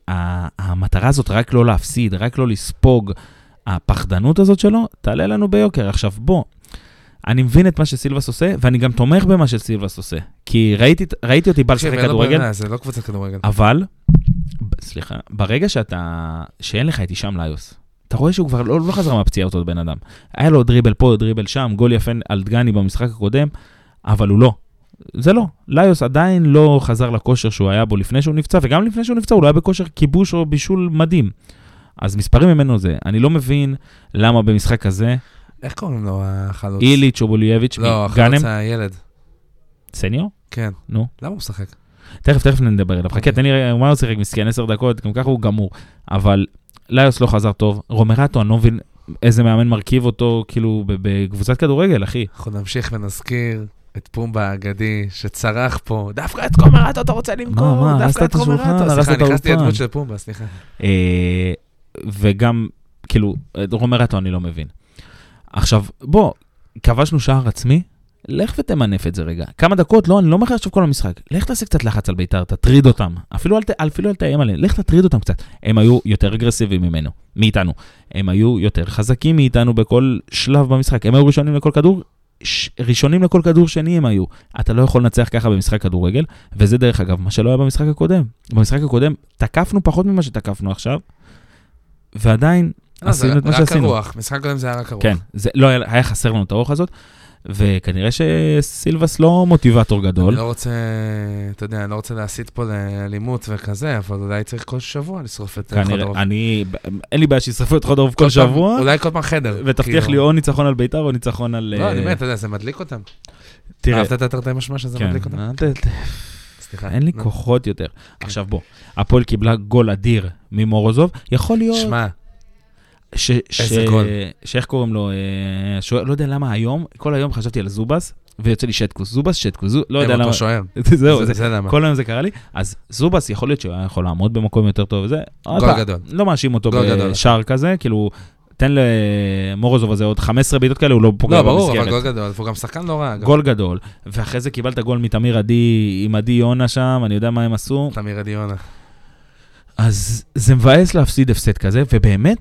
Speaker 2: והמטרה הזאת רק לא להפסיד, רק לא לספוג, הפחדנות הזאת שלו, תעלה לנו ביוקר. עכשיו, בוא, אני מבין את מה שסילבס עושה, ואני גם תומך במה שסילבס עושה. כי ראיתי, ראיתי אותי בא
Speaker 3: תקשיב,
Speaker 2: לשחק
Speaker 3: אין לו
Speaker 2: כדורגל,
Speaker 3: ברירה, זה לא קבוצת כדורגל.
Speaker 2: אבל, ב- סליחה, ברגע שאתה, שאין לך את הישאם ליוס, אתה רואה שהוא כבר לא, לא חזר מהפציעה אותו בן אדם. היה לו דריבל פה, דריבל שם, גול יפה על דגני במשחק הקודם, אבל הוא לא. זה לא. ליוס עדיין לא חזר לכושר שהוא היה בו לפני שהוא נפצע, וגם לפני שהוא נפצע הוא לא היה בכושר כיבוש או בישול מדהים. אז מספרים ממנו זה. אני לא מבין למה במשחק הזה,
Speaker 3: איך קוראים לו החלוץ?
Speaker 2: איליץ' או בולייביץ'
Speaker 3: לא,
Speaker 2: מגאנם,
Speaker 3: החלוץ הילד.
Speaker 2: סניור?
Speaker 3: כן.
Speaker 2: נו.
Speaker 3: למה הוא משחק?
Speaker 2: תכף, תכף נדבר אליו. חכה,
Speaker 3: אוקיי.
Speaker 2: תן לי רגע, מה הוא שיחק מסכן? עשר דקות, גם ככה הוא גמור. אבל ליוס לא חזר טוב. רומרטו, אני לא מבין איזה מאמן מרכיב אותו, כאילו, ב- בקבוצת כדורגל, אחי.
Speaker 3: אנחנו נמשיך ונזכיר את פומבה האגדי, שצרח פה, דווקא את קומרטו אתה רוצה למכור,
Speaker 2: מה, הרסת
Speaker 3: דווקא
Speaker 2: את
Speaker 3: את קומרטו.
Speaker 2: השולחן, הרסת
Speaker 3: סליחה,
Speaker 2: את
Speaker 3: נכנסתי
Speaker 2: האולפן.
Speaker 3: לדמות של פומבה, סליחה. לא,
Speaker 2: אה, וגם, כאילו, את רומרטו אני לא מבין. עכשיו, בוא, כבשנו שער עצמי, לך ותמנף את זה רגע. כמה דקות, לא, אני לא מחכה עכשיו כל המשחק. לך תעשה קצת לחץ על בית"ר, תטריד אותם. אפילו אל, ת- אפילו אל תאיים עליהם, לך תטריד אותם קצת. הם היו יותר אגרסיביים ממנו, מאיתנו. הם היו יותר חזקים מאיתנו בכל שלב במשחק. הם היו ראשונים לכל כדור, ש... ראשונים לכל כדור שני הם היו. אתה לא יכול לנצח ככה במשחק כדורגל, וזה דרך אגב מה שלא היה במשחק הקודם. במשחק הקודם תקפנו פחות ממה שתקפנו עכשיו, ועדיין
Speaker 3: לא, זה
Speaker 2: עשינו את מה שעשינו.
Speaker 3: רק הרוח, משחק קודם זה היה רק הרוח.
Speaker 2: כן, זה לא היה, היה חסר לנו את הרוח הזאת, וכנראה שסילבס לא מוטיבטור גדול.
Speaker 3: אני לא רוצה, אתה יודע, אני לא רוצה להסית פה לאלימות וכזה, אבל אולי צריך כל שבוע לשרוף את חודרוב.
Speaker 2: כנראה, אני, אין לי בעיה שישרפו את חודרוב
Speaker 3: כל
Speaker 2: כל
Speaker 3: פעם-
Speaker 2: שבוע,
Speaker 3: אולי כל פעם חדר.
Speaker 2: ותבטיח
Speaker 3: כאילו.
Speaker 2: לי או ניצחון על בית"ר או ניצחון על...
Speaker 3: לא,
Speaker 2: אה,
Speaker 3: אני באמת, אתה יודע, זה מדליק אותם.
Speaker 2: תראה,
Speaker 3: אהבת את התרתי משמע שזה
Speaker 2: כן,
Speaker 3: מדליק אותם?
Speaker 2: אל ת- ת-
Speaker 3: סליחה.
Speaker 2: אין לי
Speaker 3: אה, נו. כן.
Speaker 2: כוחות יותר. עכשיו בוא, הפועל קיבלה גול אדיר ממורוזוב, יכול להיות...
Speaker 3: שמע,
Speaker 2: ש...
Speaker 3: איזה גול.
Speaker 2: שאיך קוראים לו? אה, שוער, לא יודע למה היום, כל היום חשבתי על זובס, ויוצא לי שטקוס. זובס, שטקוס, זו- לא יודע
Speaker 3: הם
Speaker 2: למה.
Speaker 3: אותו שוער.
Speaker 2: זהו,
Speaker 3: זה-
Speaker 2: זה-
Speaker 3: זה למה.
Speaker 2: כל היום זה קרה לי, אז זובס יכול להיות שהוא היה יכול לעמוד במקום יותר טוב וזה. עוד
Speaker 3: גול
Speaker 2: פעם,
Speaker 3: גדול.
Speaker 2: לא מאשים אותו
Speaker 3: גול גדול.
Speaker 2: בשער כזה, כאילו, תן למורוזוב הזה עוד 15 בעיטות כאלה, הוא לא פוגע
Speaker 3: לא,
Speaker 2: במסגרת.
Speaker 3: ברור, אבל גול גדול, והוא גם שחקן לא רע. אגב.
Speaker 2: גול גדול, ואחרי זה קיבלת גול מתמיר עדי, עם עדי יונה שם, אני יודע מה הם עשו.
Speaker 3: תמיר עדיונה.
Speaker 2: אז זה מבאס להפסיד הפסד כזה, ובאמת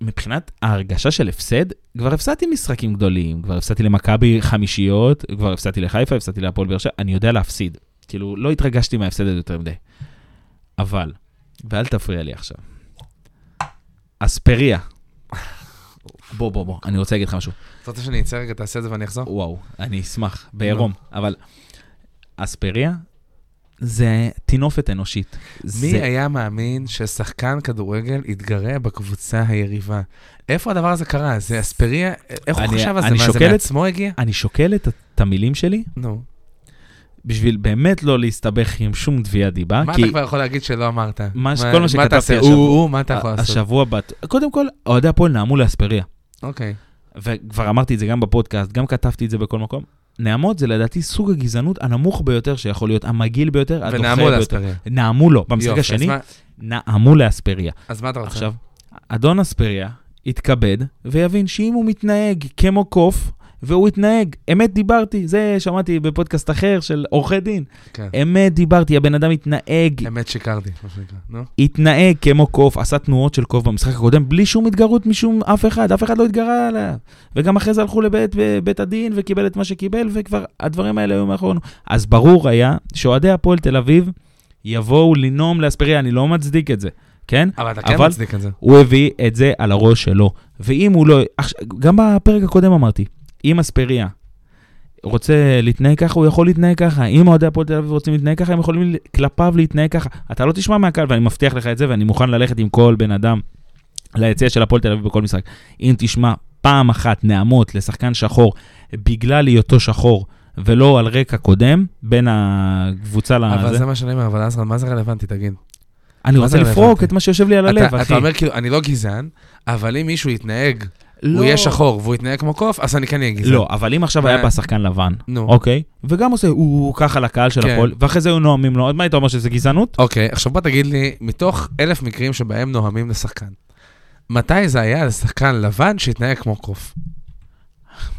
Speaker 2: שמבחינת ההרגשה של הפסד, כבר הפסדתי משחקים גדולים, כבר הפסדתי למכבי חמישיות, כבר הפסדתי לחיפה, הפסדתי להפועל באר שבע, אני יודע להפסיד. כאילו, לא התרגשתי מההפסד הזה יותר מדי. אבל, ואל תפריע לי עכשיו. אספריה. בוא, בוא, בוא, אני רוצה להגיד לך משהו.
Speaker 3: אתה רוצה שאני אצא רגע, תעשה את זה ואני אחזור?
Speaker 2: וואו, אני אשמח, בעירום, אבל אספריה זה טינופת אנושית.
Speaker 3: מי
Speaker 2: זה-
Speaker 3: היה מאמין ששחקן כדורגל יתגרה בקבוצה היריבה? איפה הדבר הזה קרה? זה אספריה? איך הוא
Speaker 2: אני-
Speaker 3: חשב על זה?
Speaker 2: אני
Speaker 3: מה, זה
Speaker 2: שוקל את-
Speaker 3: מעצמו הגיע?
Speaker 2: אני שוקל את, את המילים שלי
Speaker 3: נו.
Speaker 2: בשביל באמת לא להסתבך עם שום תביעת דיבה.
Speaker 3: מה
Speaker 2: אה, כי
Speaker 3: אתה כבר יכול להגיד שלא אמרת?
Speaker 2: מה ש- כל מה שכתבתי אה,
Speaker 3: אתה עושה?
Speaker 2: השבוע.
Speaker 3: הוא, הוא, מה אתה יכול לעשות?
Speaker 2: השבוע בת... קודם כל, אוהדי הפועל נעמו לאספריה.
Speaker 3: אוקיי.
Speaker 2: וכבר אמרתי את זה גם בפודקאסט, גם כתבתי את זה בכל מקום. נעמות זה לדעתי סוג הגזענות הנמוך ביותר שיכול להיות, המגעיל ביותר, הדוחה
Speaker 3: ונעמו
Speaker 2: ביותר.
Speaker 3: לאספריה.
Speaker 2: נעמו לו, במשחק
Speaker 3: יופי, אז
Speaker 2: השני,
Speaker 3: מה- אוקיי.
Speaker 2: נעמו לאספריה.
Speaker 3: אז מה אתה רוצה?
Speaker 2: עכשיו, אדון אספריה יתכבד ויבין שאם הוא מתנהג כמו קוף, והוא התנהג, אמת דיברתי, זה שמעתי בפודקאסט אחר של עורכי דין.
Speaker 3: כן.
Speaker 2: אמת דיברתי, הבן אדם התנהג,
Speaker 3: אמת שיקרתי, מה שנקרא. נו.
Speaker 2: התנהג כמו קוף, עשה תנועות של קוף במשחק הקודם, בלי שום התגרות משום אף אחד, אף אחד לא התגרה עליו. וגם אחרי זה הלכו לבית בית הדין וקיבל את מה שקיבל, וכבר הדברים האלה היו מאחורינו. אז ברור היה שאוהדי הפועל תל אביב יבואו לנאום לאספריה, אני לא מצדיק את זה, כן?
Speaker 3: אבל אתה כן
Speaker 2: אבל-
Speaker 3: מצדיק את זה.
Speaker 2: הוא הביא את זה על הראש שלו. ואם הוא לא... עכשיו, גם בפרק הקודם אמרתי, אם אספריה רוצה להתנהג ככה, הוא יכול להתנהג ככה. אם אוהדי הפועל תל אביב רוצים להתנהג ככה, הם יכולים ל- כלפיו להתנהג ככה. אתה לא תשמע מהקהל, ואני מבטיח לך את זה, ואני מוכן ללכת עם כל בן אדם ליציע של הפועל תל אביב בכל משחק. אם תשמע פעם אחת נעמות לשחקן שחור בגלל היותו שחור, ולא על רקע קודם, בין הקבוצה
Speaker 3: אבל
Speaker 2: לזה,
Speaker 3: זה מה שאני אומר, אבל אסרן, מה זה רלוונטי, תגיד?
Speaker 2: אני
Speaker 3: מה
Speaker 2: רוצה
Speaker 3: זה
Speaker 2: לפרוק
Speaker 3: רלוונטי?
Speaker 2: את מה שיושב לי על הלב,
Speaker 3: אתה-
Speaker 2: לא אחי.
Speaker 3: אתה אומר כאילו, אני לא גזען, אבל אם מישהו יתנהג, הוא
Speaker 2: לא.
Speaker 3: יהיה שחור והוא יתנהג כמו קוף, אז אני כן אהיה גזען.
Speaker 2: לא, אבל אם עכשיו היה
Speaker 3: אה.
Speaker 2: בא שחקן לבן,
Speaker 3: נו.
Speaker 2: אוקיי? וגם עושה, הוא הוא ככה לקהל של
Speaker 3: כן.
Speaker 2: הפועל, ואחרי זה היו נואמים לו, אז מה היית אומר שזה גזענות?
Speaker 3: אוקיי, עכשיו בוא תגיד לי, מתוך אלף מקרים שבהם נוהמים לשחקן, מתי זה היה לשחקן לבן שהתנהג כמו קוף?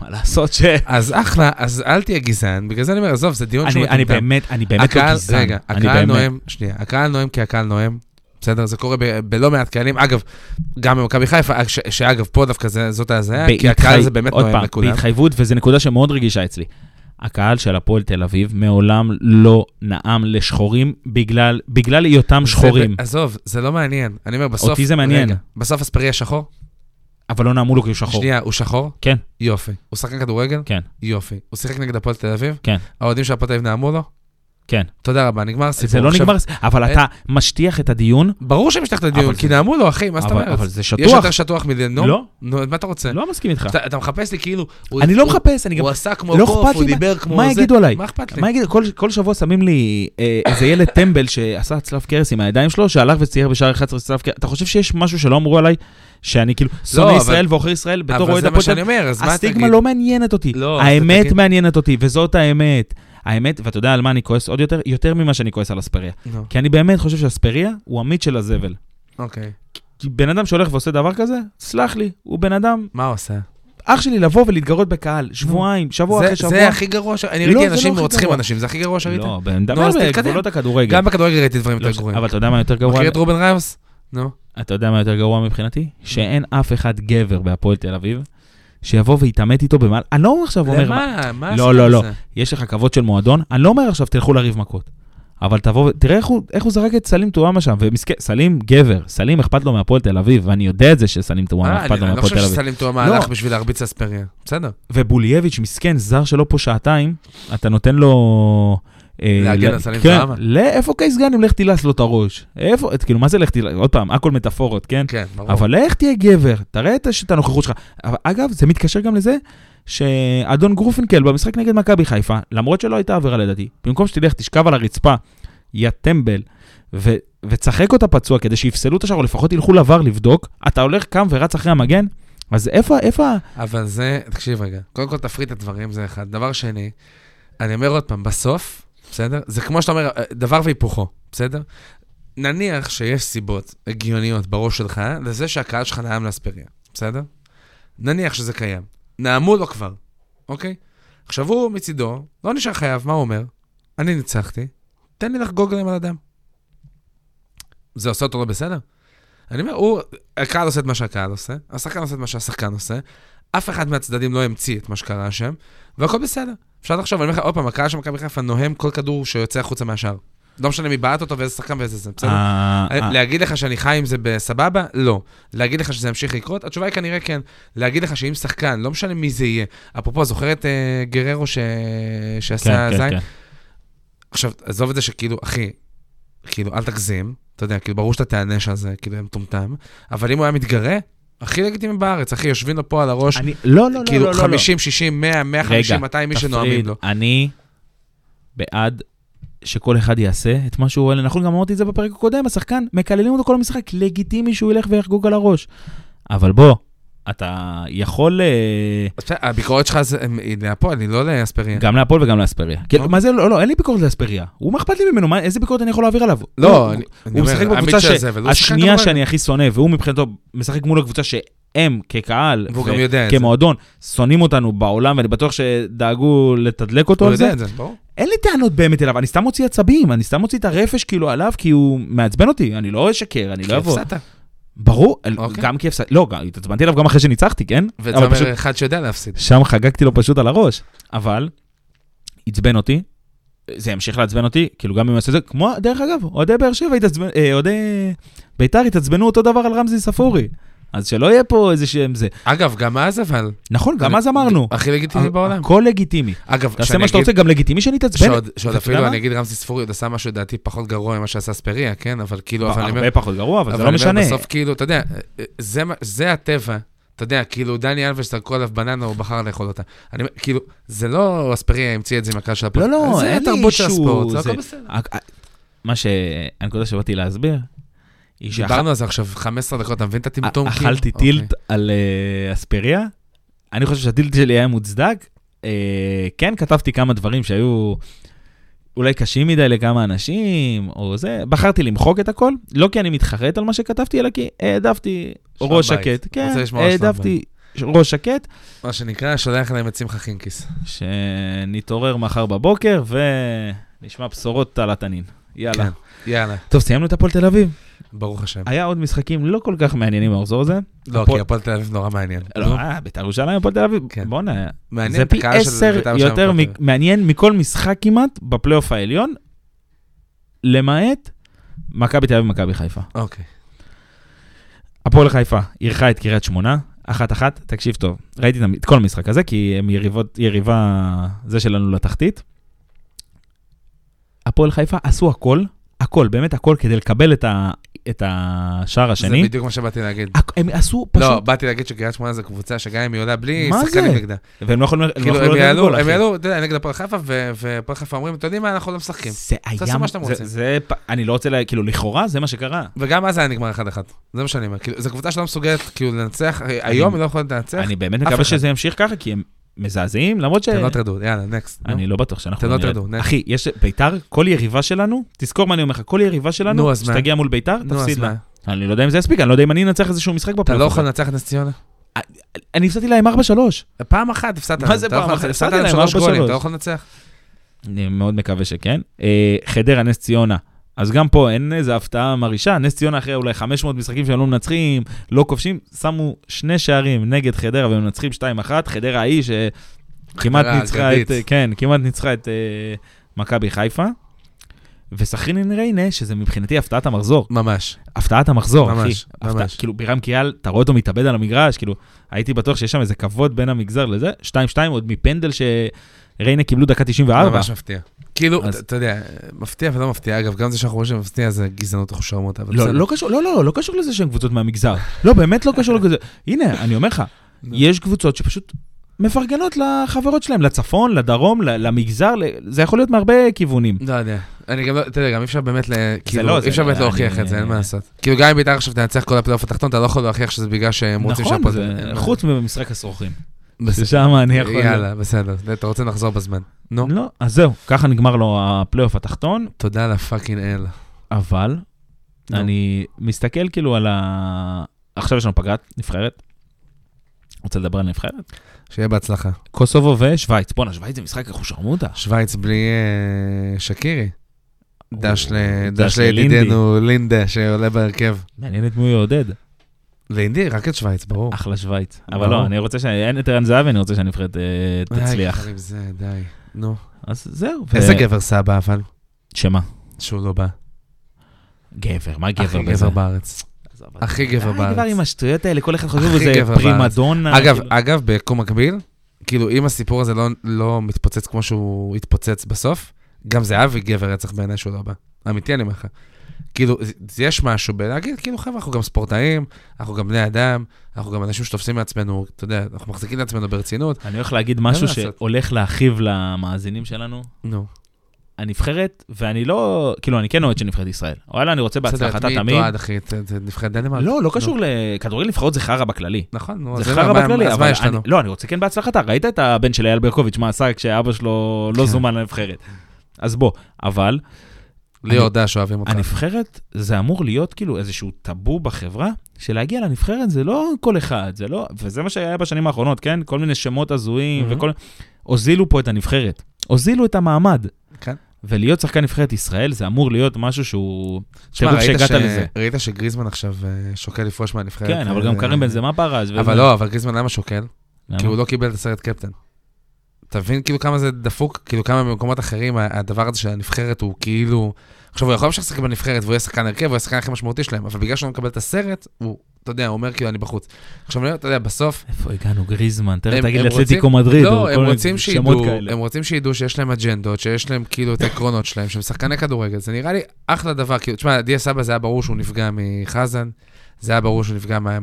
Speaker 2: מה לעשות ש...
Speaker 3: אז אחלה, אז אל תהיה גזען, בגלל זה אני אומר, עזוב, זה דיון
Speaker 2: אני- אני
Speaker 3: מטומטם.
Speaker 2: באמת, אני באמת לא
Speaker 3: הקהל-
Speaker 2: גזען.
Speaker 3: רגע,
Speaker 2: אני
Speaker 3: הקהל
Speaker 2: באמת-
Speaker 3: נואם, שנייה, הקהל נואם כי הקהל נואם, בסדר? זה קורה ב- בלא מעט קהלים. אגב, גם במכבי חיפה, אה, ש- שאגב, פה דווקא זה- זאת ההזיה, אה, כי
Speaker 2: בהתחי-
Speaker 3: הקהל הזה באמת
Speaker 2: עוד
Speaker 3: נואם
Speaker 2: פעם,
Speaker 3: לכולם.
Speaker 2: בהתחייבות, וזו נקודה שמאוד רגישה אצלי. הקהל של הפועל תל אביב מעולם לא נאם לשחורים בגלל בגלל היותם שחורים,
Speaker 3: זה ב- עזוב, זה לא מעניין. אני אומר, בסוף...
Speaker 2: אותי זה מעניין.
Speaker 3: רגע, בסוף אספריה שחור?
Speaker 2: אבל לא נאמו לו כי הוא שחור.
Speaker 3: שנייה, הוא שחור?
Speaker 2: כן.
Speaker 3: יופי. הוא שחקן כדורגל?
Speaker 2: כן.
Speaker 3: יופי. הוא שיחק נגד הפועל תל אביב?
Speaker 2: כן.
Speaker 3: האוהדים של הפועל תל אביב נעמו לו?
Speaker 2: כן.
Speaker 3: תודה רבה, נגמר הסיפור.
Speaker 2: זה לא
Speaker 3: עכשיו,
Speaker 2: נגמר, אבל
Speaker 3: אה?
Speaker 2: אתה משטיח את הדיון,
Speaker 3: ברור שהם ישתך את הדיון,
Speaker 2: אבל
Speaker 3: כי
Speaker 2: זה-
Speaker 3: נעמו לו, אחי, מה זאת
Speaker 2: אבל-
Speaker 3: אומרת?
Speaker 2: אבל זה
Speaker 3: יש
Speaker 2: שטוח.
Speaker 3: יותר שטוח מזה, נו?
Speaker 2: לא.
Speaker 3: נו, אז מה אתה רוצה?
Speaker 2: לא מסכים איתך.
Speaker 3: אתה אתה מחפש לי כאילו... הוא-
Speaker 2: אני לא
Speaker 3: הוא-
Speaker 2: מחפש, אני גם
Speaker 3: הוא עשה כמו
Speaker 2: לא
Speaker 3: קוף,
Speaker 2: אכפת
Speaker 3: הוא
Speaker 2: לי מה-
Speaker 3: דיבר כמו זה.
Speaker 2: מה יגידו עליי?
Speaker 3: מה אכפת לי?
Speaker 2: כן. מה יגיד, כל, כל שבוע שמים לי אה, איזה ילד טמבל שעשה צלף קרס עם הידיים שלו, שהלך וצייר בשער 11 צלף קרס. אתה חושב שיש משהו שלא אמרו עליי, שאני כאילו שונא
Speaker 3: לא, אבל-
Speaker 2: ישראל ועוכר ישראל בתור
Speaker 3: אבל
Speaker 2: אוהד
Speaker 3: זה מה
Speaker 2: הפועל? תל
Speaker 3: שאני
Speaker 2: אביב?
Speaker 3: אומר, אז מה תגיד?
Speaker 2: הסטיגמה לא מעניינת אותי.
Speaker 3: לא, אז
Speaker 2: האמת
Speaker 3: תגיד.
Speaker 2: מעניינת אותי, וזאת האמת. האמת, ואתה יודע על מה אני כועס עוד יותר? יותר ממה שאני כועס על אספריה.
Speaker 3: נו,
Speaker 2: כי אני באמת חושב שאספריה הוא המיץ של הזבל.
Speaker 3: אוקיי.
Speaker 2: כי בן אדם שהולך ועושה דבר כזה, סלח לי, הוא בן אדם,
Speaker 3: מה הוא עשה?
Speaker 2: אח שלי לבוא ולהתגרות בקהל, שבועיים, שבוע
Speaker 3: זה-
Speaker 2: אחרי שבוע.
Speaker 3: זה הכי גרוע, ש- אני
Speaker 2: לא, זה
Speaker 3: ראיתי
Speaker 2: לא
Speaker 3: אנשים
Speaker 2: הכי
Speaker 3: רוצחים
Speaker 2: גרוע.
Speaker 3: אנשים, זה הכי גרוע שראיתי.
Speaker 2: לא, בן אדם,
Speaker 3: נו, אז תתקדם.
Speaker 2: בגבולות הכדורגל.
Speaker 3: גם בכדורגל ראיתי דברים
Speaker 2: לא,
Speaker 3: יותר גרועים.
Speaker 2: אבל אתה יודע מה יותר גרוע?
Speaker 3: מכיר את רובן ראיוס? נו.
Speaker 2: אתה יודע מה יותר גרוע מבחינתי? שאין אף אחד גבר בהפועל תל אביב שיבוא ויתעמת איתו במעל... אני לא עכשיו אומר...
Speaker 3: למה? מה
Speaker 2: לא,
Speaker 3: עשית
Speaker 2: לא, לא.
Speaker 3: בזה?
Speaker 2: יש לך כבוד של מועדון, אני לא אומר עכשיו תלכו לריב מכות. אבל תבוא, ו- תראה איך הוא, איך הוא זרק את סלים טועמה שם, ומסכן, סלים גבר, סלים אכפת לו מהפועל תל אביב, ואני יודע את זה שסלים
Speaker 3: אה,
Speaker 2: טועמה
Speaker 3: אני
Speaker 2: אכפת לו
Speaker 3: אני לא
Speaker 2: מהפועל
Speaker 3: חושב
Speaker 2: תל אביב.
Speaker 3: שסלים תואם
Speaker 2: לא.
Speaker 3: מהלך בשביל להרביץ אספריה. בסדר.
Speaker 2: ובולייביץ' מסכן, זר שלו פה שעתיים, אתה נותן לו... אה,
Speaker 3: להגן
Speaker 2: ל-
Speaker 3: על סלים
Speaker 2: כן,
Speaker 3: זהבה.
Speaker 2: לאיפה קייס גאנם, לך תילס לו את הראש. איפה, כאילו, מה זה לך תילס? עוד פעם, הכל מטאפורות, כן?
Speaker 3: כן, ברור.
Speaker 2: אבל איך תהיה גבר? תראה את הש- את הנוכחות שלך. אבל אגב, זה מתקשר גם לזה שאדון גרופנקל במשחק נגד מכבי חיפה, למרות שלא הייתה עבירה לדעתי, במקום שתלך, תשכב על הרצפה, יא טמבל, ו- ותשחק אותה פצוע כדי שיפסלו את השער, או לפחות ילכו לבר לבדוק, אתה הולך, קם ורץ אחרי המגן? אז איפה, איפה... ה-
Speaker 3: אבל זה, תקשיב רגע, קודם כל תפריט את הדברים, זה אחד. דבר שני, אני אומר עוד פעם, בסוף, בסדר? זה כמו שאתה אומר, אה, דבר והיפוכו, בסדר? נניח שיש סיבות הגיוניות בראש שלך לזה שהקהל שלך נאם לאספריה, בסדר? נניח שזה קיים. נאמו לו כבר, אוקיי? עכשיו הוא מצידו, לא נשאר חייב, מה הוא אומר? אני ניצחתי, תן לי לחגוג להם על הדם. זה עושה אותו לא בסדר? אני אומר, הוא, הקהל עושה את מה שהקהל עושה, השחקן עושה את מה שהשחקן עושה, אף אחד מהצדדים לא המציא את מה שקרה שם, והכל בסדר. אפשר לחשוב, אני אומר לך, עוד פעם, הקהל של מכבי חיפה נוהם כל כדור שיוצא החוצה מהשאר. לא משנה מי בעט אותו ואיזה שחקן ואיזה זה, בסדר?
Speaker 2: ה- ה-
Speaker 3: להגיד לך שאני חי עם זה בסבבה? לא. להגיד לך שזה ימשיך לקרות? התשובה היא כנראה כן. להגיד לך שאם שחקן, לא משנה מי זה יהיה, אפרופו, זוכרת אה, גררו ש... שעשה
Speaker 2: כן, כן,
Speaker 3: זין?
Speaker 2: כן.
Speaker 3: עכשיו, עזוב את זה שכאילו, אחי, כאילו, אל תגזים, אתה יודע, כאילו, ברור שאתה תיענש על זה, כאילו, מטומטם, אבל אם הוא היה מתגרה, הכי לגיטימי בארץ, אחי, יושבים לו פה על הראש,
Speaker 2: אני... לא, לא, לא,
Speaker 3: כאילו,
Speaker 2: לא, לא, לא.
Speaker 3: 50, 60, 100, 150, 200 מי שנואמים
Speaker 2: תפריד.
Speaker 3: לו.
Speaker 2: אני בעד שכל אחד יעשה את מה שהוא רואה לנכון, גם אמרתי את זה בפרק הקודם, השחקן, מקללים אותו כל המשחק, לגיטימי שהוא ילך ויחגוג על הראש. אבל בוא, אתה יכול אה,
Speaker 3: אז בסדר, הביקורת שלך זה- הם- היא להפועל, היא לא לאספריה.
Speaker 2: גם להפועל וגם לאספריה.
Speaker 3: אוקיי.
Speaker 2: כאילו, מה זה, לא, לא, אין לי ביקורת לאספריה. הוא, מה אכפת לי ממנו? מה- איזה ביקורת אני יכול להעביר עליו?
Speaker 3: לא,
Speaker 2: הוא-
Speaker 3: אני- אני
Speaker 2: הוא
Speaker 3: אומר,
Speaker 2: משחק
Speaker 3: עמית
Speaker 2: בקבוצה ש-
Speaker 3: שעזב, ולא שיחק
Speaker 2: השנייה
Speaker 3: כדורגל.
Speaker 2: שאני הכי שונא, והוא מבחינתו משחק מול הקבוצה שהם כקהל,
Speaker 3: והוא גם
Speaker 2: כן,
Speaker 3: יודע את זה.
Speaker 2: כמועדון, שונאים אותנו בעולם, ואני בטוח שדאגו לתדלק אותו
Speaker 3: הוא
Speaker 2: על זה.
Speaker 3: יודע את זה, ברור.
Speaker 2: אין לי טענות באמת אליו, אני סתם מוציא עצבים, אני סתם מוציא את הרפש כאילו עליו, כי הוא מעצבן אותי, אני לא אשקר, אני לא אבוא.
Speaker 3: הפסדת.
Speaker 2: ברור, אל-
Speaker 3: אוקיי.
Speaker 2: גם כי הפסדתי, לא, גם- התעצבנתי עליו גם אחרי שניצחתי, כן?
Speaker 3: וזה
Speaker 2: אבל פשוט
Speaker 3: אומר אחד שיודע להפסיד.
Speaker 2: שם חגגתי לו פשוט על הראש, אבל עצבן אותי, זה ימשיך לעצבן אותי, כאילו גם אם הוא יעשה את זה, כמו, דרך אגב, אוהדי באר שבע התעצבנו, אוהדי ביתר התעצבנו אותו דבר על רמזי ספורי, אז שלא יהיה פה איזה שהם זה.
Speaker 3: אגב, גם אז אבל.
Speaker 2: נכון, גם
Speaker 3: אני-
Speaker 2: אז אמרנו,
Speaker 3: הכי לגיטימי בעולם.
Speaker 2: הכל לגיטימי.
Speaker 3: אגב,
Speaker 2: תעשה
Speaker 3: שאני
Speaker 2: מה שאתה
Speaker 3: אגיד-
Speaker 2: רוצה, גם לגיטימי שנתעצבן.
Speaker 3: שעוד שעוד
Speaker 2: אתה יודע
Speaker 3: אפילו
Speaker 2: מה?
Speaker 3: אני אגיד רמסי ספורי עוד עשה משהו לדעתי פחות גרוע ממה שעשה אספריה, כן? אבל כאילו, אבל אני אומר,
Speaker 2: הרבה פחות גרוע, אבל זה לא
Speaker 3: אני אומר,
Speaker 2: משנה.
Speaker 3: בסוף כאילו, אתה יודע, זה מה- זה הטבע. אתה יודע, כאילו, דני אלבש זרקו עליו בננה, הוא בחר לאכול אותה. אני אומר, כאילו, זה לא אספריה המציא את זה עם הקהל של הפועל.
Speaker 2: לא, לא,
Speaker 3: זה
Speaker 2: אין לי
Speaker 3: התרבות של
Speaker 2: אישו,
Speaker 3: הספורט, זה
Speaker 2: זה-
Speaker 3: הכל בסדר.
Speaker 2: ה- ה- מה שהנקודה שבאתי להסביר, היא שאח-
Speaker 3: דיברנו על זה עכשיו 15 דקות, אתה מבין את הטמטום? כאילו?
Speaker 2: אה, אכלתי
Speaker 3: אוקיי.
Speaker 2: טילט על אה, אספריה. אני חושב שהטילט שלי היה מוצדק. אה, כן, כתבתי כמה דברים שהיו אולי קשים מדי לכמה אנשים, או זה. בחרתי למחוק את הכל, לא כי אני מתחרט על מה שכתבתי, אלא כי העדפתי
Speaker 3: שלום
Speaker 2: ראש
Speaker 3: בית.
Speaker 2: שקט. כן,
Speaker 3: רוצה לשמור על שלום
Speaker 2: העדפתי ראש שקט,
Speaker 3: מה שנקרא, שולח להם את שמחה חינקיס.
Speaker 2: שנתעורר מחר בבוקר ונשמע בשורות על התנין. יאללה.
Speaker 3: כן. יאללה,
Speaker 2: טוב, סיימנו את הפועל תל אביב.
Speaker 3: ברוך השם.
Speaker 2: היה עוד משחקים לא כל כך מעניינים במחזור הזה.
Speaker 3: לא,
Speaker 2: אה, הפועל-
Speaker 3: כי הפועל תל אביב נורא מעניין.
Speaker 2: לא, אה, בית"ר ירושלים, הפועל תל אביב.
Speaker 3: כן.
Speaker 2: בואנה,
Speaker 3: מעניין
Speaker 2: זה
Speaker 3: את
Speaker 2: פי
Speaker 3: הקהל של
Speaker 2: עשר
Speaker 3: בית"ר ירושלים
Speaker 2: יותר
Speaker 3: והפועל
Speaker 2: מ-
Speaker 3: תל אביב.
Speaker 2: מעניין מכל משחק כמעט בפלייאוף העליון, למעט מכבי תל אביב ומכבי חיפה.
Speaker 3: אוקיי.
Speaker 2: הפועל חיפה אירחה את קריית שמונה, אחת-אחת, תקשיב טוב, ראיתי את המ- את כל המשחק הזה, כי הם יריבות, יריבה זה שלנו לתחתית. הפועל חיפה עשו הכל, הכל, באמת הכל, כדי לקבל את, ה, את השער השני.
Speaker 3: זה בדיוק מה שבאתי להגיד.
Speaker 2: הכ- הם עשו פשוט,
Speaker 3: לא, באתי להגיד שקריית שמונה זו קבוצה שגם אם היא עולה בלי
Speaker 2: מה
Speaker 3: שחקנים
Speaker 2: זה?
Speaker 3: נגדה.
Speaker 2: והם לא יכולים,
Speaker 3: כאילו,
Speaker 2: יכלו
Speaker 3: הם
Speaker 2: לתת גול,
Speaker 3: יעלו, הם
Speaker 2: אחי.
Speaker 3: יעלו, אתה יודע, נגד הפועל חיפה, ו- והפועל חיפה אומרים, אתם יודעים מה, אנחנו לא משחקים.
Speaker 2: זה היה...
Speaker 3: תעשו מה שאתם
Speaker 2: זה-
Speaker 3: רוצים.
Speaker 2: זה פ- אני לא רוצה, לה- כאילו, לכאורה זה מה שקרה.
Speaker 3: וגם אז היה נגמר 1-1. זה מה שאני אומר. כאילו, זו קבוצה שלא מסוגלת, כאילו, לנצח, הרי היום היא לא יכולה לנצח,
Speaker 2: אני באמת
Speaker 3: אף
Speaker 2: מקווה
Speaker 3: אחד.
Speaker 2: שזה ימשיך ככה, כי הם מזעזעים, למרות ש...
Speaker 3: אתם לא תרדו, יאללה, נקסט.
Speaker 2: אני לא בטוח שאנחנו...
Speaker 3: אתם לא
Speaker 2: נרד.
Speaker 3: תרדו, נקסט.
Speaker 2: אחי, יש ביתר, כל יריבה שלנו, תזכור מה אני אומר לך, כל יריבה
Speaker 3: נו,
Speaker 2: שלנו,
Speaker 3: אז מה?
Speaker 2: שתגיע מול ביתר,
Speaker 3: נו, אז
Speaker 2: תפסיד לה.
Speaker 3: מה?
Speaker 2: אני לא יודע אם זה יספיק, אני לא יודע אם אני אנצח איזשהו משחק
Speaker 3: אתה
Speaker 2: בפלייאוף.
Speaker 3: לא יכול
Speaker 2: הזה.
Speaker 3: לנצח את נס ציונה?
Speaker 2: אני הפסדתי להם 4-3.
Speaker 3: פעם אחת הפסדת.
Speaker 2: מה
Speaker 3: להם,
Speaker 2: זה
Speaker 3: אתה לא
Speaker 2: פעם
Speaker 3: יכול-
Speaker 2: אחת?
Speaker 3: הפסדת
Speaker 2: הפסדתי
Speaker 3: להם
Speaker 2: להם
Speaker 3: שלוש
Speaker 2: 4-3.
Speaker 3: גולים, אתה לא יכול לנצח.
Speaker 2: אני מאוד מקווה שכן. אה, חדרה, נס ציונה. אז גם פה אין איזה הפתעה מרעישה, נס ציונה אחרי אולי 500 משחקים שהם לא מנצחים, לא כובשים, שמו שני שערים נגד חדרה והם מנצחים 2-1, חדרה ההיא שכמעט
Speaker 3: חדרה
Speaker 2: ניצחה
Speaker 3: האגדית.
Speaker 2: את, כן, כמעט ניצחה את אה, מכבי חיפה. וסכנין ריינה, שזה מבחינתי הפתעת המחזור,
Speaker 3: ממש.
Speaker 2: הפתעת המחזור, אחי.
Speaker 3: ממש,
Speaker 2: הפתעה-
Speaker 3: ממש.
Speaker 2: כאילו בירם קיאל, אתה רואה אותו מתאבד על המגרש, כאילו, הייתי בטוח שיש שם איזה כבוד בין המגזר לזה, 2-2 עוד מפנדל שריינה קיבלו דקה 94.
Speaker 3: ממש מפתיע. כאילו,
Speaker 2: אז-
Speaker 3: אתה- אתה יודע, מפתיע ולא מפתיע. אגב, גם זה שאנחנו רואים שמפתיע זה גזענות אחושרמוטה. אבל בסדר.
Speaker 2: לא, לא קשור, לא, לא, לא קשור לזה שהן קבוצות מהמגזר. לא, באמת לא קשור לזה. הנה, אני אומר לך,
Speaker 3: נו.
Speaker 2: יש קבוצות שפשוט מפרגנות לחברות שלהן, לצפון, לדרום, ל- למגזר, ל- זה יכול להיות מהרבה כיוונים.
Speaker 3: לא יודע. אני גם לא, אתה יודע, גם אי אפשר באמת, ל-
Speaker 2: לא,
Speaker 3: כאילו,
Speaker 2: זה-
Speaker 3: אי אפשר באמת
Speaker 2: אני- אה.
Speaker 3: להוכיח את זה, אין מה לעשות. כאילו, גם אם בית"ר עכשיו תנצח כל הפלייאוף התחתון, אתה לא יכול להוכיח שזה בגלל שהם רוצים
Speaker 2: נכון,
Speaker 3: שהפועל-
Speaker 2: זה-
Speaker 3: אין מה-
Speaker 2: חוץ ממשחק הסרוכים.
Speaker 3: בסדר.
Speaker 2: ששם אני יכול...
Speaker 3: יאללה, בסדר. אתה רוצה לחזור בזמן. נו,
Speaker 2: לא, אז זהו, ככה נגמר לו הפלייאוף התחתון,
Speaker 3: תודה לפאקינג אל.
Speaker 2: אבל
Speaker 3: נו.
Speaker 2: אני מסתכל כאילו על ה... עכשיו יש לנו פגרת נבחרת. רוצה לדבר על נבחרת?
Speaker 3: שיהיה בהצלחה.
Speaker 2: קוסובו ושווייץ. בואנה, שווייץ זה משחק אחושרמוטה.
Speaker 3: שווייץ בלי אה, שקירי. דש
Speaker 2: הוא-
Speaker 3: ל-
Speaker 2: דש
Speaker 3: דש לידידנו לינדה שעולה בהרכב.
Speaker 2: מעניין את מי הוא יעודד.
Speaker 3: לינדי, רק את שווייץ, ברור.
Speaker 2: אחלה שווייץ. אבל
Speaker 3: ברור.
Speaker 2: לא, אני רוצה ש... אין את ערן זהבי, אני רוצה שהנבחרת אה,
Speaker 3: די,
Speaker 2: תצליח.
Speaker 3: כבר עם זה, די. נו.
Speaker 2: אז זהו. ו-
Speaker 3: איזה גבר סבא אבל,
Speaker 2: שמה?
Speaker 3: שהוא לא בא.
Speaker 2: גבר, מה גבר
Speaker 3: הכי
Speaker 2: בזה?
Speaker 3: גבר בארץ. הכי גבר
Speaker 2: די כבר עם
Speaker 3: בארץ.
Speaker 2: השטויות האלה, כל אחד חושב
Speaker 3: הכי
Speaker 2: שזה
Speaker 3: גבר
Speaker 2: פרימדונה.
Speaker 3: אגב,
Speaker 2: כאילו.
Speaker 3: אגב, בקום מקביל, כאילו, אם הסיפור הזה לא- לא מתפוצץ כמו שהוא התפוצץ בסוף, גם זהבי גבר רצח בעיניי שהוא לא בא. אמיתי אני אומר לך. כאילו, זה- יש משהו בלהגיד, כאילו, חבר'ה, אנחנו גם ספורטאים, אנחנו גם בני אדם, אנחנו גם אנשים שתופסים מעצמנו, אתה יודע, אנחנו מחזיקים את עצמנו ברצינות.
Speaker 2: אני הולך להגיד משהו
Speaker 3: לעשות.
Speaker 2: שהולך להכאיב למאזינים שלנו.
Speaker 3: נו.
Speaker 2: הנבחרת, ואני לא, כאילו, אני כן אוהד של נבחרת ישראל. וואלה, אני רוצה
Speaker 3: בסדר,
Speaker 2: בהצלחתה
Speaker 3: את מי
Speaker 2: תמיד.
Speaker 3: תועד, אחי? את- את נבחרת דנמרק?
Speaker 2: לא, לא קשור לכדורגל נבחרות זה חרא בכללי.
Speaker 3: נכון, נו,
Speaker 2: זה
Speaker 3: אז אין
Speaker 2: חרא
Speaker 3: מה-
Speaker 2: בכללי,
Speaker 3: אז מה
Speaker 2: אבל
Speaker 3: יש
Speaker 2: אני-
Speaker 3: לנו?
Speaker 2: לא, אני רוצה כן בהצלחתה. ראית את הבן של אייל ברקוביץ', מה עשה כשאבא שלו לא
Speaker 3: כן.
Speaker 2: זומן לנבחרת. אז בוא, אבל
Speaker 3: לי הודעה שאוהבים אותך.
Speaker 2: הנבחרת, זה אמור להיות כאילו איזשהו טאבו בחברה, שלהגיע לנבחרת זה לא כל אחד, זה לא... וזה מה שהיה בשנים האחרונות, כן? כל מיני שמות הזויים
Speaker 3: Mhm.
Speaker 2: וכל... הוזילו פה את הנבחרת. הוזילו את המעמד.
Speaker 3: כן.
Speaker 2: ולהיות שחקן נבחרת ישראל, זה אמור להיות משהו שהוא...
Speaker 3: תשמע,
Speaker 2: טירוף
Speaker 3: ראית
Speaker 2: שהגעת
Speaker 3: ש-
Speaker 2: לזה.
Speaker 3: ראית שגריזמן עכשיו אה, שוקל לפרוש מהנבחרת?
Speaker 2: כן, אבל
Speaker 3: אה,
Speaker 2: גם קרים בן זמה פרש. וזה-
Speaker 3: אבל לא, אבל גריזמן למה שוקל?
Speaker 2: למה?
Speaker 3: כי הוא לא קיבל את הסרט קפטן. אתה מבין כאילו כמה זה דפוק, כאילו כמה במקומות אחרים ה- הדבר הזה של הנבחרת הוא כאילו... עכשיו, הוא יכול להמשיך לשחק בנבחרת והוא יהיה שחקן הרכב, הוא יהיה השחקן הכי משמעותי שלהם, אבל בגלל שהוא לא מקבל את הסרט, הוא, אתה יודע, הוא אומר כאילו אני בחוץ. עכשיו, אתה יודע, בסוף,
Speaker 2: איפה הגענו? גריזמן, תראה,
Speaker 3: הם-
Speaker 2: תגיד
Speaker 3: הם
Speaker 2: לאתלטיקו
Speaker 3: רוצים-
Speaker 2: מדריד. או
Speaker 3: לא,
Speaker 2: כל
Speaker 3: הם
Speaker 2: מיני
Speaker 3: רוצים
Speaker 2: שמות
Speaker 3: שידעו,
Speaker 2: כאלה.
Speaker 3: הם רוצים שידעו שיש להם אג'נדות, שיש להם כאילו את העקרונות שלהם, שהם שחקני כדורגל. זה נראה לי אחלה דבר, כאילו, תשמע, דיה סבא זה היה ברור שהוא נפגע מחזן, זה היה ברור שהוא נפגע מה- אה,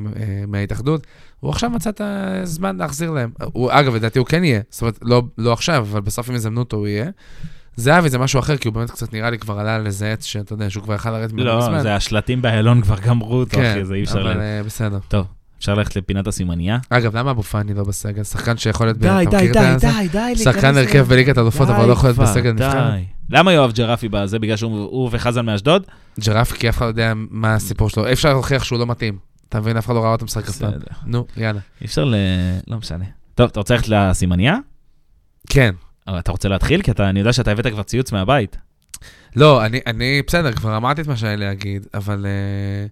Speaker 3: מההתאחדות, הוא עכשיו מצא את הזמן להחזיר להם. הוא, אגב, לדעתי הוא כן יהיה, זאת אומרת, לא, לא עכשיו, אבל בסוף אם יזמנו אותו הוא יהיה. זהבי זה משהו אחר, כי הוא באמת קצת נראה לי כבר עלה על איזה עץ, שאתה יודע, שהוא כבר יכל לרדת
Speaker 2: לא, זה השלטים באיילון כבר גמרו אותו, אחי, זה אי אפשר...
Speaker 3: כן, אבל
Speaker 2: ל-
Speaker 3: אה, בסדר.
Speaker 2: אפשר ללכת לפינת הסימנייה?
Speaker 3: אגב, למה אבו פאני לא בסגל? שחקן שיכול להיות... ב-
Speaker 2: די,
Speaker 3: אתה
Speaker 2: די,
Speaker 3: מכיר את
Speaker 2: די,
Speaker 3: הזה?
Speaker 2: די, די.
Speaker 3: שחקן
Speaker 2: להיכנס
Speaker 3: הרכב
Speaker 2: ל-
Speaker 3: בליגת האלופות, אבל לא יכול להיות
Speaker 2: די
Speaker 3: בסגל
Speaker 2: כבר,
Speaker 3: נבחר.
Speaker 2: די. למה יואב ג'רפי בזה? בגלל שהוא הוא וחזן מאשדוד?
Speaker 3: ג'רף, כי אף אחד לא יודע מה הסיפור שלו. אי אפשר להוכיח שהוא לא מתאים. אתה מבין? אף אחד לא ראה אותו משחק אף פעם.
Speaker 2: בסדר.
Speaker 3: נו, יאללה.
Speaker 2: אי אפשר ל... לא משנה. טוב, אתה רוצה ללכת לסימנייה?
Speaker 3: כן.
Speaker 2: אבל אתה רוצה להתחיל? כי אתה, אני יודע שאתה הבאת כבר ציוץ מהבית.
Speaker 3: לא, אני- אני, בסדר, כבר אמרתי את מה שהיה לי להגיד, אבל אה,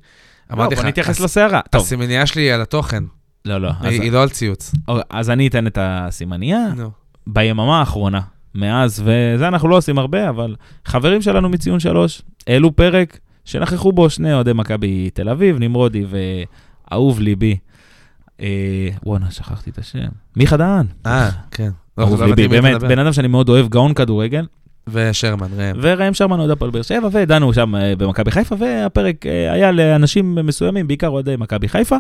Speaker 3: אמרתי
Speaker 2: לא,
Speaker 3: לך,
Speaker 2: בוא נתייחס
Speaker 3: הס-
Speaker 2: לסערה. טוב,
Speaker 3: הסימנייה שלי היא על התוכן,
Speaker 2: לא, לא. אז-
Speaker 3: היא היא לא על ציוץ.
Speaker 2: אוקיי, אז אני אתן את הסימנייה.
Speaker 3: נו.
Speaker 2: ביממה האחרונה, מאז, וזה אנחנו לא עושים הרבה, אבל חברים שלנו מציון שלוש, העלו פרק שנכחו בו שני אוהדי מכבי תל אביב, נמרודי ואהוב ליבי. אה, וואנה, שכחתי את השם. מיכה דהן.
Speaker 3: אה, כן. לא,
Speaker 2: אהוב
Speaker 3: לא
Speaker 2: ליבי,
Speaker 3: מתאים לי
Speaker 2: באמת,
Speaker 3: לדבר.
Speaker 2: בן אדם שאני מאוד אוהב, גאון כדורגל.
Speaker 3: ושרמן, ראם.
Speaker 2: וראם שרמן אוהד הפועל באר שבע, ודנו שם אה, במכבי חיפה, והפרק אה, היה לאנשים מסוימים, בעיקר אוהדי מכבי חיפה,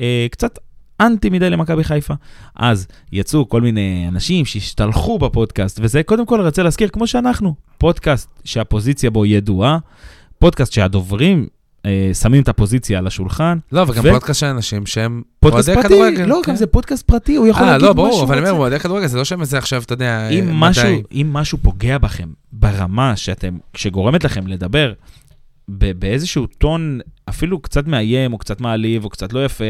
Speaker 2: אה, קצת אנטי מדי למכבי חיפה. אז יצאו כל מיני אנשים שהשתלחו בפודקאסט, וזה קודם כל רצה להזכיר, כמו שאנחנו, פודקאסט שהפוזיציה בו ידועה, פודקאסט שהדוברים אה, שמים את הפוזיציה על השולחן.
Speaker 3: לא, וגם
Speaker 2: ו-
Speaker 3: פודקאסט של אנשים שהם
Speaker 2: פודקאסט
Speaker 3: אוהדי
Speaker 2: פרטי,
Speaker 3: כדורגל,
Speaker 2: לא,
Speaker 3: כן.
Speaker 2: גם זה פודקאסט פרטי, הוא יכול
Speaker 3: אה,
Speaker 2: להגיד מה
Speaker 3: לא,
Speaker 2: שהוא רוצה.
Speaker 3: ברור, אבל אני אומר, אוהדי כדורגל, זה לא שהם איזה עכשיו, אתה יודע,
Speaker 2: אם
Speaker 3: אה,
Speaker 2: משהו,
Speaker 3: מדי.
Speaker 2: אם משהו פוגע בכם ברמה שאתם, שגורמת לכם לדבר ב- באיזשהו טון אפילו קצת מאיים, או קצת מעליב, או קצת לא יפה,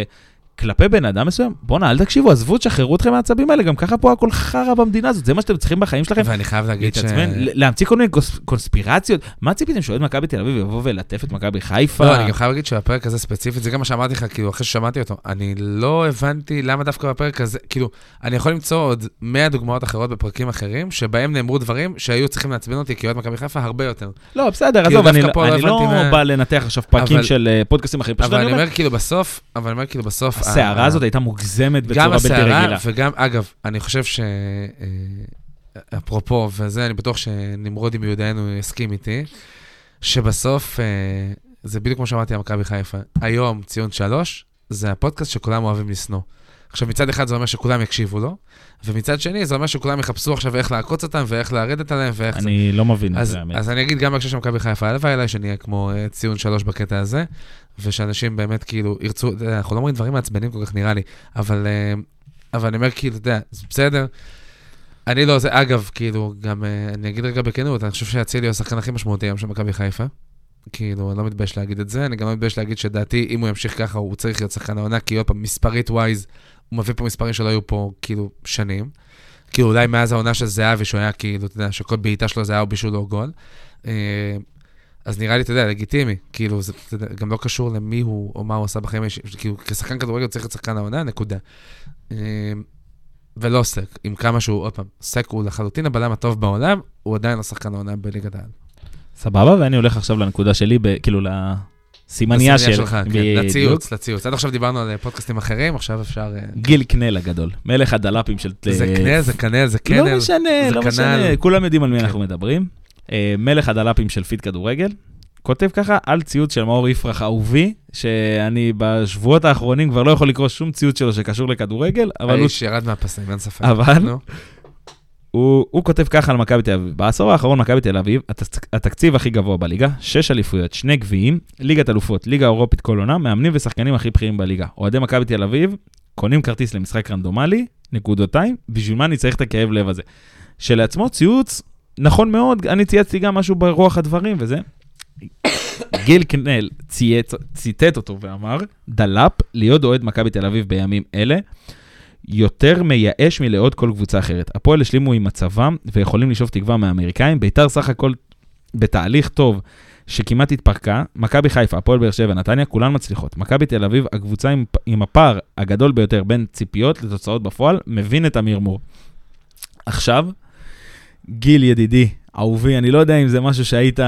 Speaker 2: כלפי בן אדם מסוים, בואנה, אל תקשיבו, עזבו, תשחררו אתכם מהעצבים האלה, גם ככה פה הכל חרא במדינה הזאת, זה מה שאתם צריכים בחיים שלכם?
Speaker 3: ואני חייב להגיד ש...
Speaker 2: להתעצבן, ל- להמציא כל מיני קוס- קונספירציות? מה ציפיתם שאוהד מכבי תל אביב יבוא ולטף את מכבי חיפה?
Speaker 3: לא, אני גם חייב להגיד שהפרק הזה ספציפית, זה גם מה שאמרתי לך, כאילו, אחרי ששמעתי אותו, אני לא הבנתי למה דווקא בפרק הזה, כאילו, אני יכול למצוא עוד 100 דוגמאות אחרות בפרקים אחרים, שבהם נאמרו דברים שהיו צריכים לעצבן אותי כאוהד מכבי חיפה הרבה יותר.
Speaker 2: לא, בסדר,
Speaker 3: כאילו,
Speaker 2: עזוב, אני
Speaker 3: דווקא פה לא
Speaker 2: אני לא
Speaker 3: הבנתי מה-
Speaker 2: בא לנתח עכשיו פרקים
Speaker 3: אבל-
Speaker 2: של אה, פודקאסטים אחרים, פשוט
Speaker 3: אבל
Speaker 2: אני
Speaker 3: אני
Speaker 2: אומר,
Speaker 3: אומר, כאילו, בסוף, אבל אני אומר, כאילו, בסוף... ה-
Speaker 2: הסערה הזאת הייתה מוגזמת בצורה
Speaker 3: גם
Speaker 2: בלתי רגילה.
Speaker 3: הסערה, וגם, אגב, אני חושב ש... אה, אפרופו, וזה, אני בטוח שנמרודי מיודענו יסכים איתי, שבסוף, אה, זה בדיוק כמו שאמרתי על מכבי חיפה. היום, ציון שלוש, זה הפודקאסט שכולם אוהבים לשנוא. עכשיו, מצד אחד זה אומר שכולם יקשיבו לו, ומצד שני זה אומר שכולם יחפשו עכשיו איך לעקוץ אותם, ואיך לרדת עליהם, ואיך זה.
Speaker 2: אני לא מבין את
Speaker 3: אז,
Speaker 2: זה, האמת.
Speaker 3: אז אני אגיד גם בהקשר של מכבי חיפה, הלוואי עליי שנהיה כמו אה, ציון שלוש בקטע הזה, ושאנשים באמת כאילו ירצו, אתה יודע, אנחנו לא אומרים דברים מעצבנים כל כך נראה לי, אבל, אה, אבל אני אומר כאילו, אתה יודע, זה בסדר. אני לא, זה אגב, כאילו, גם אה, אני אגיד רגע בכנות, אני חושב שאצילי הוא השחקן הכי משמעותי היום של מכבי חיפה. כאילו, אני לא מתבייש להגיד את זה, אני גם לא מתבייש להגיד שדעתי, אם הוא ימשיך ככה, הוא צריך להיות שחקן העונה, כי עוד פעם, מספרית ווייז, הוא מביא פה מספרים שלא היו פה, כאילו, שנים. כאילו, אולי מאז העונה של זהבי, שהוא היה כאילו, אתה יודע, שכל בעיטה שלו זה היה או בישול או גול. אה, אז נראה לי, אתה יודע, לגיטימי. כאילו, זה אתה יודע, גם לא קשור למי הוא או מה הוא עשה בחיים האישיים. כאילו, כשחקן כדורגל הוא צריך להיות שחקן העונה, נקודה. אה, ולא סק, עם כמה שהוא, עוד פעם, סק הוא לחלוטין הבלם הטוב בעולם, הוא עדיין לא שחקן העונה בליגת העל.
Speaker 2: סבבה, ואני הולך עכשיו לנקודה שלי, ב- כאילו לסימניה של...
Speaker 3: שלך, כן,
Speaker 2: בדיוק.
Speaker 3: לציוץ, לציוץ. עד עכשיו דיברנו על אה, פודקאסטים אחרים, עכשיו אפשר... אה,
Speaker 2: גיל קנל הגדול, מלך הדלפים של...
Speaker 3: זה קנה, זה קנה, זה קנל.
Speaker 2: אה, לא משנה,
Speaker 3: זה
Speaker 2: לא
Speaker 3: כנ"ל.
Speaker 2: משנה, כולם יודעים על מי
Speaker 3: כן.
Speaker 2: אנחנו מדברים. אה, מלך הדלפים של פיד כדורגל, כותב ככה על ציוץ של מאור יפרח אהובי, שאני בשבועות האחרונים כבר לא יכול לקרוא שום ציוץ שלו שקשור לכדורגל, אבל הוא...
Speaker 3: האיש ירד מהפסים, אין ספק.
Speaker 2: אבל-
Speaker 3: נו.
Speaker 2: הוא, הוא כותב ככה על מכבי תל אביב, בעשור האחרון מכבי תל אביב, התק- התקציב הכי גבוה בליגה, שש אליפויות, שני גביעים, ליגת אלופות, ליגה אירופית כל עונה, מאמנים ושחקנים הכי בכירים בליגה. אוהדי מכבי תל אביב קונים כרטיס למשחק רנדומלי, נקודותיים, בשביל מה אני צריך את הכאב לב הזה? שלעצמו ציוץ, נכון מאוד, אני צייצתי גם משהו ברוח הדברים וזה. גיל קנל צייץ, ציטט אותו ואמר, דלאפ להיות אוהד מכבי תל אביב בימים אלה, יותר מייאש מלעוד כל קבוצה אחרת. הפועל השלימו עם מצבם ויכולים לשאוב תקווה מהאמריקאים. ביתר סך הכל בתהליך טוב שכמעט התפרקה. מכבי חיפה, הפועל באר שבע, נתניה, כולן מצליחות. מכבי תל אביב, הקבוצה עם, עם הפער הגדול ביותר בין ציפיות לתוצאות בפועל, מבין את המרמור. עכשיו, גיל ידידי, אהובי, אני לא יודע אם זה משהו שהיית...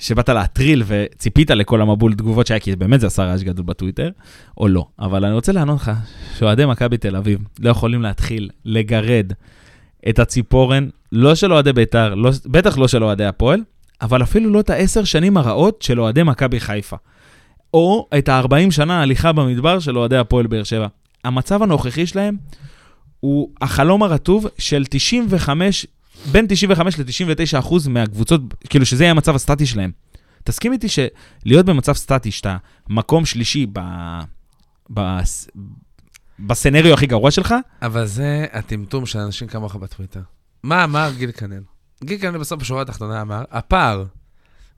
Speaker 2: שבאת להטריל וציפית לכל המבול תגובות שהיה, כי באמת זה עשה רעש גדול בטוויטר, או לא. אבל אני רוצה לענות לך שאוהדי מכבי תל אביב לא יכולים להתחיל לגרד את הציפורן, לא של אוהדי בית"ר, לא, בטח לא של אוהדי הפועל, אבל אפילו לא את העשר שנים הרעות של אוהדי מכבי חיפה. או את ה-40 שנה ההליכה במדבר של אוהדי הפועל באר שבע. המצב הנוכחי שלהם הוא החלום הרטוב של 95, בין 95 ל-99 אחוז מהקבוצות, כאילו שזה יהיה המצב הסטטי שלהם. תסכים איתי שלהיות במצב סטטי, שאתה מקום שלישי ב... ב... בסצנריו הכי גרוע שלך,
Speaker 3: אבל זה הטמטום של אנשים כמוך בטוויטר. מה אמר גיל קנן? גיל קנן בסוף בשורה התחתונה אמר, הפער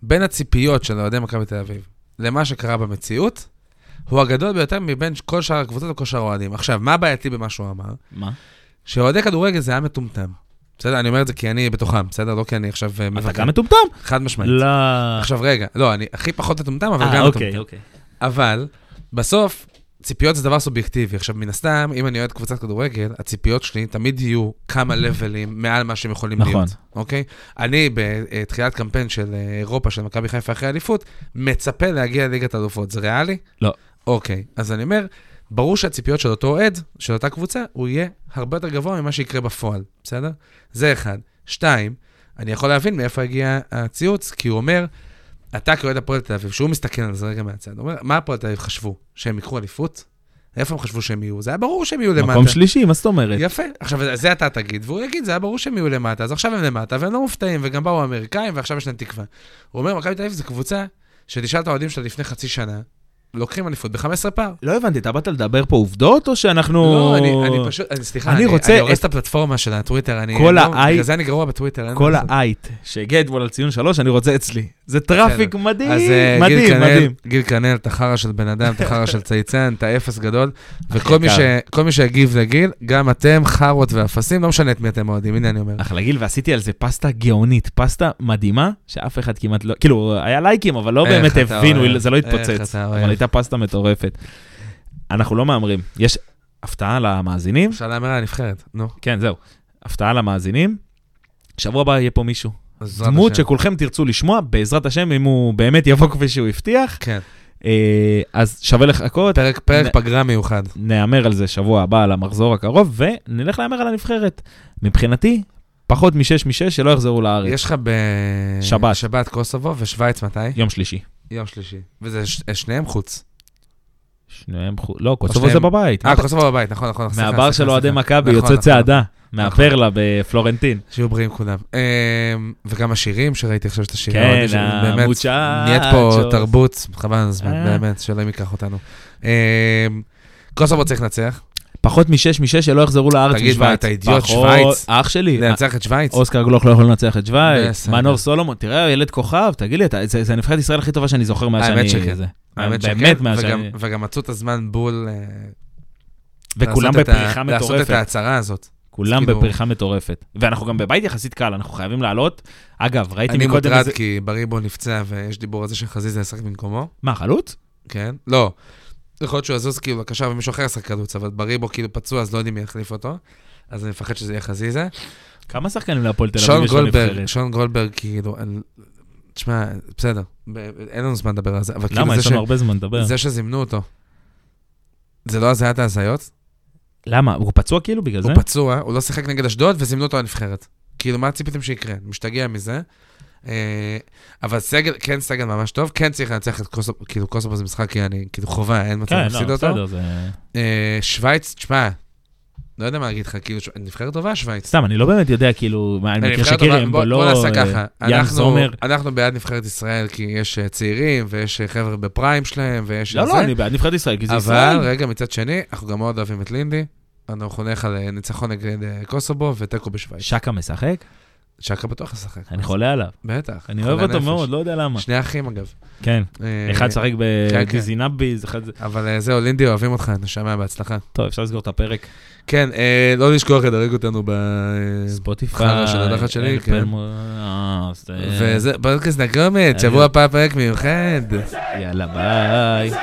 Speaker 3: בין הציפיות של אוהדי מכבי תל אביב למה שקרה במציאות, הוא הגדול ביותר מבין כל שאר הקבוצות וכל שאר האוהדים. עכשיו, מה בעייתי במה שהוא אמר?
Speaker 2: מה?
Speaker 3: שאוהדי כדורגל זה עם מטומטם. בסדר? אני אומר את זה כי אני בתוכם, בסדר? לא כי אני עכשיו אה,
Speaker 2: אתה
Speaker 3: מבקר.
Speaker 2: גם מטומטם?
Speaker 3: חד משמעית.
Speaker 2: לא.
Speaker 3: עכשיו רגע, לא, אני הכי פחות מטומטם, אבל
Speaker 2: אה,
Speaker 3: גם
Speaker 2: אוקיי,
Speaker 3: מטומטם.
Speaker 2: אוקיי.
Speaker 3: אבל בסוף, ציפיות זה דבר סובייקטיבי. עכשיו, מן הסתם, אם אני אוהד קבוצת כדורגל, הציפיות שלי תמיד יהיו כמה לבלים מעל מה שהם יכולים
Speaker 2: נכון.
Speaker 3: להיות. אוקיי? אני, בתחילת קמפיין של אה, אירופה, של מכבי חיפה אחרי אליפות, מצפה להגיע לליגת אלופות. זה ריאלי?
Speaker 2: לא.
Speaker 3: אוקיי, אז אני אומר, ברור שהציפיות של אותו אוהד, של אותה קבוצה, הוא יהיה הרבה יותר גבוה ממה שיקרה בפועל, בסדר? זה אחד. שתיים, אני יכול להבין מאיפה הגיע הציוץ, כי הוא אומר, אתה כאוהד הפועל תל אביב, שהוא מסתכל על זה רגע מהצד, הוא אומר, מה הפועל תל אביב חשבו? שהם ייקחו אליפות? איפה הם חשבו שהם יהיו? זה היה ברור שהם יהיו למטה.
Speaker 2: מקום שלישי, מה זאת אומרת?
Speaker 3: יפה. עכשיו, זה אתה תגיד, והוא יגיד, זה היה ברור שהם יהיו למטה, אז עכשיו הם למטה, והם לא מופתעים, וגם באו האמריקאים, ועכשיו יש להם תקווה. הוא אומר, מכבי תל אביב זו קבוצה שתשאל את האוהדים שלה לפני חצי שנה, לוקחים אליפות ב-15 פער.
Speaker 2: לא הבנתי, אתה באת לדבר פה עובדות, או שאנחנו...
Speaker 3: לא, אני, אני פשוט, אני, סליחה,
Speaker 2: אני
Speaker 3: אני,
Speaker 2: רוצה
Speaker 3: אני הורס
Speaker 2: את-
Speaker 3: את הפלטפורמה של הטוויטר, אני...
Speaker 2: כל
Speaker 3: לא,
Speaker 2: האי-
Speaker 3: בגלל זה אני גרוע בטוויטר. אין מה
Speaker 2: כל
Speaker 3: לעשות.
Speaker 2: האייט שהגיע אתמול על ציון שלוש, אני רוצה אצלי. זה טראפיק מדהים,
Speaker 3: אז אה, גיל
Speaker 2: מדהים,
Speaker 3: קנאל-
Speaker 2: מדהים.
Speaker 3: גיל קנאל, אתה חרא של בן אדם, אתה חרא של צייצן, אתה אפס גדול. וכל מי
Speaker 2: יקר.
Speaker 3: ש- כל מי שהגיב לגיל, גם אתם חרות ואפסים, לא משנה את מי אתם אוהדים, הנה אני אומר.
Speaker 2: אחלה גיל, ועשיתי על זה פסטה גאונית, פסטה מדהימה, שאף אחד כמעט לא, כאילו, היה לייקים, אבל לא
Speaker 3: איך
Speaker 2: באמת
Speaker 3: אתה אוהב,
Speaker 2: הבינו, זה לא
Speaker 3: איך
Speaker 2: התפוצץ,
Speaker 3: אתה
Speaker 2: אבל
Speaker 3: אוהב.
Speaker 2: הייתה פסטה מטורפת. אנחנו לא מהמרים, יש הפתעה למאזינים,
Speaker 3: אפשר להמר על הנבחרת, נו.
Speaker 2: כן, זהו, הפתעה למאזינים, שבוע הבא יהיה פה מישהו,
Speaker 3: בעזרת
Speaker 2: דמות
Speaker 3: השם.
Speaker 2: שכולכם תרצו לשמוע, בעזרת השם, אם הוא באמת יבוא כפי שהוא הבטיח,
Speaker 3: כן.
Speaker 2: אה, אז שווה לחכות,
Speaker 3: פרק, פרק
Speaker 2: נ-
Speaker 3: פגרה מיוחד.
Speaker 2: נהמר על זה שבוע הבא, על המחזור הקרוב, ונלך להמר על הנבחרת. מבחינתי, פחות משש משש שלא יחזרו לארץ.
Speaker 3: יש לך ב...
Speaker 2: שבת.
Speaker 3: שבת קוסובו ושווייץ מתי?
Speaker 2: יום שלישי.
Speaker 3: יום שלישי. וזה ש... שניהם חוץ.
Speaker 2: שניהם חו... לא, קוצבו זה
Speaker 3: שניהם-
Speaker 2: בבית.
Speaker 3: אה, קוסובו בבית, נכון, נכון. סליחה,
Speaker 2: מהבר
Speaker 3: סליחה,
Speaker 2: של אוהדי
Speaker 3: סליחה.
Speaker 2: מכבי
Speaker 3: נכון,
Speaker 2: יוצא
Speaker 3: נכון.
Speaker 2: צעדה, מהפרלה בפלורנטין.
Speaker 3: שיהיו בריאים כולם. אמ, וגם השירים שראיתי עכשיו את השירים.
Speaker 2: כן,
Speaker 3: האוהדים שלנו, באמת,
Speaker 2: המוצ'צ'וס.
Speaker 3: נהיית פה תרבות, חבל על הזמן,
Speaker 2: אה.
Speaker 3: באמת, שאלוהים ייקח אותנו. אמ, קוסובו צריך לנצח,
Speaker 2: אה, פחות משש משש שלא יחזרו לארץ משוויץ.
Speaker 3: תגיד, מה, אתה אידיוט,
Speaker 2: פחות-
Speaker 3: שוויץ?
Speaker 2: אח שלי.
Speaker 3: לנצח את שווייץ.
Speaker 2: אוסקר גלוך לא יכול לנצח את שווייץ,
Speaker 3: בסדר.
Speaker 2: מנור סולומון, תראה, ילד כוכב, תגיד לי, אתה- זה זה הנבחרת ישראל הכי טובה שאני זוכר מאז שאני...
Speaker 3: האמת שכן.
Speaker 2: זה.
Speaker 3: האמת שכן,
Speaker 2: אה, באמת מאז
Speaker 3: וגם-
Speaker 2: שאני...
Speaker 3: וגם מצאו את הזמן בול... אה,
Speaker 2: וכולם
Speaker 3: לעשות את ה-
Speaker 2: בפריחה
Speaker 3: לעשות את
Speaker 2: מטורפת.
Speaker 3: ההצהרה הזאת.
Speaker 2: כולם
Speaker 3: כאילו-
Speaker 2: בפריחה מטורפת. ואנחנו גם בבית יחסית קל, אנחנו חייבים לעלות. אגב, ראיתי
Speaker 3: אני
Speaker 2: מקודם
Speaker 3: מוטרד
Speaker 2: איזה...
Speaker 3: כי בריבו נפצע ויש דיבור על זה שחזיזה ישחק במקומו,
Speaker 2: מה, חלוץ?
Speaker 3: כן? לא. יכול להיות שהוא יזוז כאילו לקשר ומישהו אחר ישחק חלוץ, אבל בריבו כאילו פצוע אז לא יודעים מי יחליף אותו, אז אני מפחד שזה יהיה חזיזה.
Speaker 2: כמה שחקנים להפועל תל אביב
Speaker 3: שון
Speaker 2: יש לו
Speaker 3: גולדברג,
Speaker 2: נבחרת?
Speaker 3: שון גולדברג כאילו, אני- תשמע, בסדר, ב- אין לנו זמן לדבר על זה, אבל כאילו
Speaker 2: למה?
Speaker 3: זה
Speaker 2: יש
Speaker 3: ש-
Speaker 2: לנו הרבה זמן לדבר.
Speaker 3: זה שזימנו אותו, זה לא הזיית ההזיות?
Speaker 2: למה? הוא פצוע כאילו בגלל זה?
Speaker 3: הוא פצוע, הוא לא שיחק נגד אשדוד, וזימנו אותו לנבחרת. כאילו, מה ציפיתם שיקרה? אני משתגע מזה. אה, אבל סגל, כן סגל ממש טוב, כן צריך לנצח את קוסובו, כאילו קוסובו זה משחק, כי אני, כאילו חובה, אין מצב
Speaker 2: כן,
Speaker 3: להפסיד
Speaker 2: לא,
Speaker 3: אותו.
Speaker 2: בסדר, זה...
Speaker 3: אה, שווייץ, תשמע, לא יודע מה להגיד לך, כאילו, ש- נבחרת טובה שווייץ.
Speaker 2: סתם, אני לא באמת יודע, כאילו, מה, אני מכיר
Speaker 3: אה,
Speaker 2: לא,
Speaker 3: נבחרת
Speaker 2: שקירי,
Speaker 3: טובה,
Speaker 2: הם
Speaker 3: בוא-
Speaker 2: בלו,
Speaker 3: בוא נעשה ככה,
Speaker 2: ים
Speaker 3: אנחנו-
Speaker 2: זומר.
Speaker 3: אנחנו בעד נבחרת ישראל, כי יש אה, צעירים, ויש אה, חבר'ה בפריים שלהם, ויש... אה,
Speaker 2: לא,
Speaker 3: זה.
Speaker 2: לא, אני בעד נבחרת ישראל, כי זה
Speaker 3: אבל
Speaker 2: ישראל.
Speaker 3: רגע, מצד שני, אנחנו גם מאוד אוהבים את לינדי. אנחנו נלך על אה, ניצחון נגד אה, קוסובו ותיקו בשוויץ.
Speaker 2: שקה משחק?
Speaker 3: שקה בטוח ישחק.
Speaker 2: אני חולה עליו.
Speaker 3: בטח.
Speaker 2: אני
Speaker 3: חולה
Speaker 2: אוהב אותו
Speaker 3: נפש.
Speaker 2: מאוד, לא יודע למה.
Speaker 3: שני אחים אגב.
Speaker 2: כן,
Speaker 3: אה,
Speaker 2: אחד שחק
Speaker 3: כן, כן.
Speaker 2: בדיזינאביז, אחד זה...
Speaker 3: אבל אה, זהו, לינדי, אוהבים אותך, נשמה, בהצלחה.
Speaker 2: טוב, אפשר לסגור את הפרק.
Speaker 3: כן, אה, לא לשכוח לדרג אותנו ב... אה,
Speaker 2: ספוטיפיי.
Speaker 3: חרא של הדחת שלי,
Speaker 2: אלף
Speaker 3: כן.
Speaker 2: פעמים, אה, זה-
Speaker 3: וזה, פודקאסט נגרמת, שבוע הבא פרק מיוחד.
Speaker 2: יאללה, ביי.